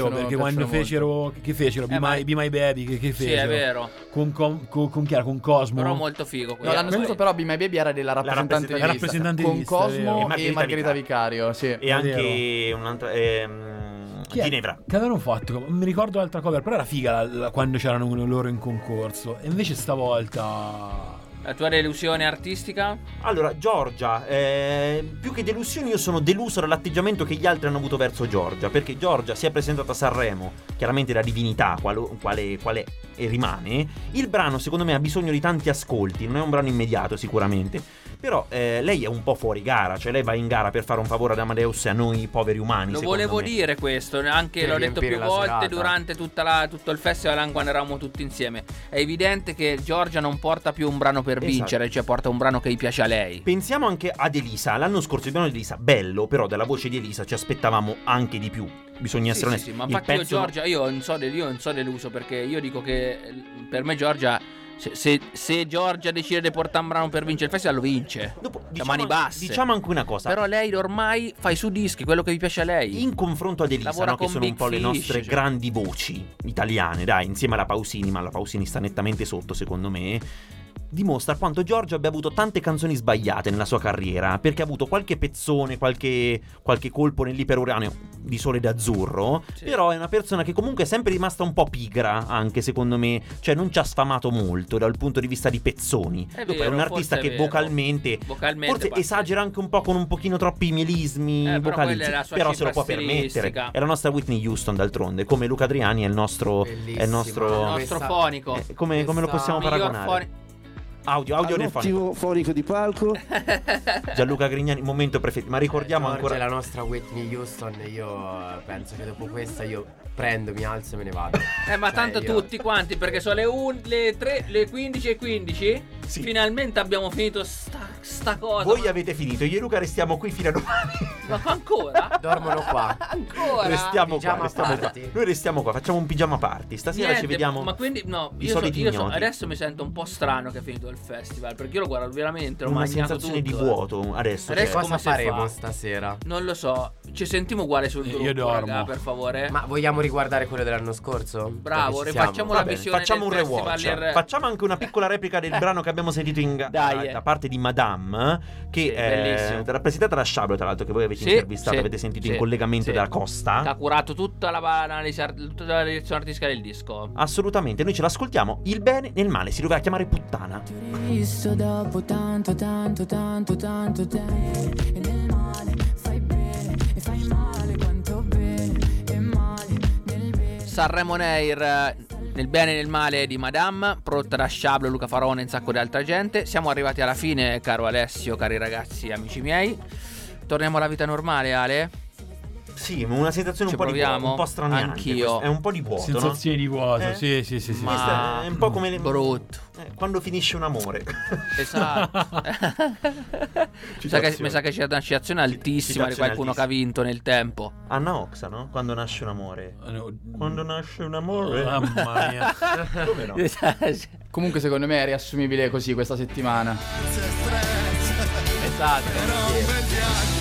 Speaker 6: perché
Speaker 10: piacciono
Speaker 6: quando
Speaker 10: molto.
Speaker 6: fecero. Che fecero? Be, my, Be My Baby, che, che
Speaker 10: Sì, è
Speaker 6: fecero?
Speaker 10: vero.
Speaker 6: Con, com- con, con chi era? Con Cosmo.
Speaker 7: figo.
Speaker 10: No, l'anno scorso però B My Baby era della rappresentante,
Speaker 6: rappresentante- la rappresentante
Speaker 10: di lista,
Speaker 6: di
Speaker 10: con
Speaker 6: lista,
Speaker 10: Cosmo
Speaker 6: vero.
Speaker 10: e Margherita,
Speaker 6: Margherita
Speaker 10: Vicario, sì.
Speaker 8: E anche un'altra. ehm,
Speaker 6: Chi è-
Speaker 8: Ginevra.
Speaker 6: Che avevano fatto? Non Mi ricordo l'altra cover, però era figa la- la- quando c'erano loro in concorso. E invece stavolta.
Speaker 7: La tua delusione artistica?
Speaker 8: Allora, Giorgia, eh, più che delusioni io sono deluso dall'atteggiamento che gli altri hanno avuto verso Giorgia, perché Giorgia si è presentata a Sanremo, chiaramente la divinità, qualo- quale, quale e rimane. Il brano secondo me ha bisogno di tanti ascolti, non è un brano immediato sicuramente, però eh, lei è un po' fuori gara, cioè lei va in gara per fare un favore ad Amadeus e a noi poveri umani.
Speaker 7: Lo
Speaker 8: secondo
Speaker 7: volevo
Speaker 8: me.
Speaker 7: dire questo, anche
Speaker 8: Per
Speaker 7: l'ho detto
Speaker 8: riempire
Speaker 7: più
Speaker 8: la
Speaker 7: volte
Speaker 8: serata.
Speaker 7: durante tutta la- tutto il festival, quando eravamo tutti insieme. È evidente che Giorgia non porta più un brano per
Speaker 8: Esatto.
Speaker 7: vincere, cioè porta un brano che piace a lei.
Speaker 8: Pensiamo anche ad Elisa, l'anno scorso il brano di Elisa, bello, però dalla voce di Elisa ci aspettavamo anche di più. Bisogna
Speaker 7: Sì,
Speaker 8: essere onesti.
Speaker 7: sì, sì, ma
Speaker 8: Il
Speaker 7: infatti
Speaker 8: pezzo-
Speaker 7: io Giorgia, io non, so del- io non so deluso perché io dico che eh, per me Giorgia, se, se- se Giorgia decide di portare un brano per vincere il festival lo vince, da mani basse.
Speaker 8: diciamo anche una cosa.
Speaker 7: Però lei ormai fa i suoi dischi, quello che vi piace a lei.
Speaker 8: In confronto ad Elisa,
Speaker 7: Lavora
Speaker 8: no, che
Speaker 7: con
Speaker 8: sono un
Speaker 7: Big
Speaker 8: po' le
Speaker 7: Fish,
Speaker 8: nostre
Speaker 7: cioè.
Speaker 8: grandi voci italiane, dai, insieme alla Pausini, ma la Pausini sta nettamente sotto secondo me. Dimostra quanto Giorgio abbia avuto tante canzoni sbagliate nella sua carriera, perché ha avuto qualche pezzone, qualche, qualche colpo nell'iperuranio di sole d'azzurro, però è una persona che comunque è sempre rimasta un po' pigra, anche secondo me, cioè non ci ha sfamato molto dal punto di vista di pezzoni.
Speaker 7: È
Speaker 8: Dopo è
Speaker 7: vero,
Speaker 8: un
Speaker 7: forse
Speaker 8: artista
Speaker 7: è
Speaker 8: che
Speaker 7: vero.
Speaker 8: vocalmente
Speaker 7: Vocalmente
Speaker 8: Forse
Speaker 7: basta.
Speaker 8: esagera anche un po' con un pochino troppi mielismi
Speaker 7: Eh, però
Speaker 8: vocali.
Speaker 7: quella è la sua
Speaker 8: Però se lo può
Speaker 7: cifra
Speaker 8: permettere.
Speaker 7: stilistica.
Speaker 8: È la nostra Whitney Houston, d'altronde. Come Luca Adriani è il nostro. È il nostro.
Speaker 7: il nostro fonico.
Speaker 8: eh, come, come lo possiamo
Speaker 7: Miglior
Speaker 8: paragonare?
Speaker 7: foni-
Speaker 8: Audio, audio nel fonico.
Speaker 20: All'ottimo fonico di palco.
Speaker 8: Gianluca Grignani, momento preferito. Ma
Speaker 7: Eh,
Speaker 8: ricordiamo
Speaker 9: Giorgia
Speaker 8: ancora.
Speaker 9: è Eh, la nostra Whitney Houston io eh, penso che dopo questa io prendo, mi alzo e me ne vado.
Speaker 7: Eh, ma
Speaker 9: Cioè,
Speaker 7: tanto
Speaker 9: io-
Speaker 7: tutti quanti, perché sono le, un- le 3, le 15 e 15. Finalmente abbiamo finito sta, sta cosa.
Speaker 8: Voi avete finito, io e Luca restiamo qui fino a domani.
Speaker 7: Ma ancora?
Speaker 9: Dormono qua.
Speaker 7: ancora?
Speaker 8: restiamo qua,
Speaker 7: Pigiama
Speaker 8: restiamo qua.
Speaker 7: party.
Speaker 8: Noi restiamo qua, facciamo un pigiama party. Stasera
Speaker 7: Niente,
Speaker 8: ci vediamo.
Speaker 7: Ma quindi, no,
Speaker 8: i
Speaker 7: io, so-
Speaker 8: soliti
Speaker 7: io so-
Speaker 8: ignoti.
Speaker 7: adesso mi sento un po' strano che è finito il festival. Perché io lo guardo veramente, l'ho
Speaker 8: Una
Speaker 7: magnato
Speaker 8: sensazione
Speaker 7: tutto.
Speaker 8: di vuoto adesso. cioè.
Speaker 7: Adesso
Speaker 8: c'è.
Speaker 7: come si fa?
Speaker 9: stasera?
Speaker 7: Non lo so, ci sentiamo uguale sul gruppo, raga, per favore.
Speaker 9: Ma vogliamo riguardare quello dell'anno scorso?
Speaker 7: Eh. Bravo,
Speaker 9: Perché ci
Speaker 7: rifacciamo
Speaker 9: siamo.
Speaker 7: la
Speaker 9: Va bene.
Speaker 7: visione
Speaker 8: Facciamo un
Speaker 7: del festival
Speaker 8: rewatch.
Speaker 7: del-
Speaker 8: Facciamo anche una piccola replica del brano che abbiamo sentito in ga-
Speaker 7: Dai, eh.
Speaker 8: da parte di Madame, che è
Speaker 7: bellissimo.
Speaker 8: rappresentata da Sciabro, tra l'altro, che voi avete
Speaker 7: Sì,
Speaker 8: intervistato,
Speaker 7: sì,
Speaker 8: avete sentito
Speaker 7: sì,
Speaker 8: in collegamento
Speaker 7: sì.
Speaker 8: dalla costa.
Speaker 7: Ha curato tutta la, l'analisi ar- tutta la direzione artistica del disco.
Speaker 8: Assolutamente, noi ce l'ascoltiamo. Il bene nel male si doveva chiamare puttana.
Speaker 19: Visto dopo tanto, tanto, tanto, tanto tempo E nel male fai bene e fai male quanto bene e male nel bene
Speaker 7: Sanremo Nair eh, nel bene e nel male di Madame, prodotta da Sciablo, Luca Farone e un sacco di altra gente. Siamo arrivati alla fine, caro Alessio, cari ragazzi, amici miei. Torniamo alla vita normale, Ale.
Speaker 8: Sì, ma una sensazione
Speaker 7: Ci
Speaker 8: un po' di
Speaker 7: proviamo?
Speaker 8: vuoto, un po' straniante.
Speaker 7: Anch'io.
Speaker 8: Questo È un po' di vuoto, no?
Speaker 6: Sensazioni di vuoto,
Speaker 8: Eh?
Speaker 6: sì, sì, sì, sì.
Speaker 8: Questa è un po' come le-
Speaker 7: brutto.
Speaker 8: Eh, quando finisce un amore.
Speaker 7: Esatto. Mi sa che, mi sa che c'è una citazione altissima di
Speaker 8: Citazione
Speaker 7: qualcuno che ha vinto nel tempo.
Speaker 8: Anna Oxa, no? Quando nasce un amore.
Speaker 6: Eh,
Speaker 8: Quando nasce un amore.
Speaker 6: mm. Ah, Mamma mia.
Speaker 8: Come no?
Speaker 7: Esatto.
Speaker 10: Comunque secondo me è riassumibile così questa settimana.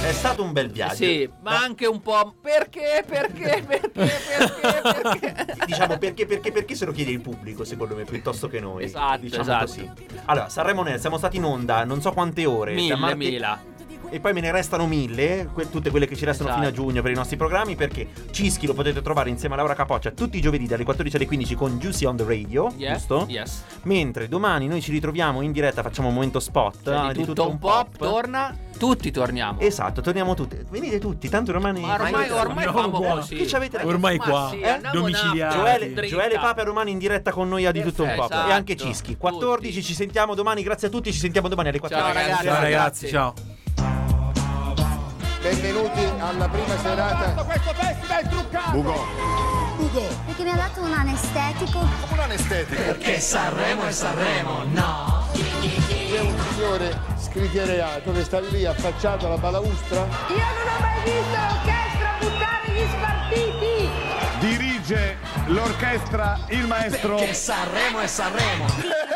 Speaker 8: È stato un bel viaggio.
Speaker 7: Sì, ma anche un po'. Perché? Perché? Perché?
Speaker 8: diciamo perché, perché, perché se lo chiede il pubblico, secondo me, piuttosto che noi.
Speaker 7: Esatto,
Speaker 8: diciamo
Speaker 7: esatto.
Speaker 8: così. Allora, Sanremo Nel, siamo stati in onda non so quante ore.
Speaker 7: Mille,
Speaker 8: da martedì-
Speaker 7: mila.
Speaker 8: E poi me ne restano mille, que- tutte quelle che ci restano
Speaker 7: Esatto.
Speaker 8: fino a giugno per i nostri programmi, perché Cischi lo potete trovare insieme a Laura Capoccia tutti i giovedì dalle 14 alle 15 con Juicy on the Radio,
Speaker 7: Yeah,
Speaker 8: giusto?
Speaker 7: yes. Cioè,
Speaker 8: Mentre domani noi ci ritroviamo in diretta, facciamo un momento spot eh,
Speaker 7: Cioè, di tutto un pop, torna, tutti torniamo.
Speaker 8: Esatto, torniamo tutti. Venite tutti, tanto Esatto. domani...
Speaker 7: Ma ormai, ormai
Speaker 8: Andiamo
Speaker 7: famo
Speaker 8: qua.
Speaker 7: così.
Speaker 8: Che ci avete da-
Speaker 6: Ormai
Speaker 7: Ma
Speaker 6: qua,
Speaker 7: sì,
Speaker 8: eh?
Speaker 7: andiamo
Speaker 6: domiciliari.
Speaker 7: una-
Speaker 8: Joele, Joele Papa Romani in diretta con noi a Di Tutto un
Speaker 6: Perfetto,
Speaker 8: Pop
Speaker 6: esatto.
Speaker 8: e anche Cischi. 14 ci sentiamo domani, grazie a tutti, ci sentiamo domani alle 14.
Speaker 6: ragazzi. Ciao, ragazzi, ciao.
Speaker 1: Benvenuti alla prima serata.
Speaker 5: Questo festival è truccato!
Speaker 1: Bugo.
Speaker 3: Ugo. Perché mi ha dato un anestetico. Un anestetico.
Speaker 1: Perché Sanremo è Sanremo, no. C'è un signore scrighereato che sta lì affacciato alla balaustra.
Speaker 5: Io non ho mai visto l'orchestra buttare gli spartiti!
Speaker 12: Dirige l'orchestra il maestro.
Speaker 5: Sanremo è Sanremo!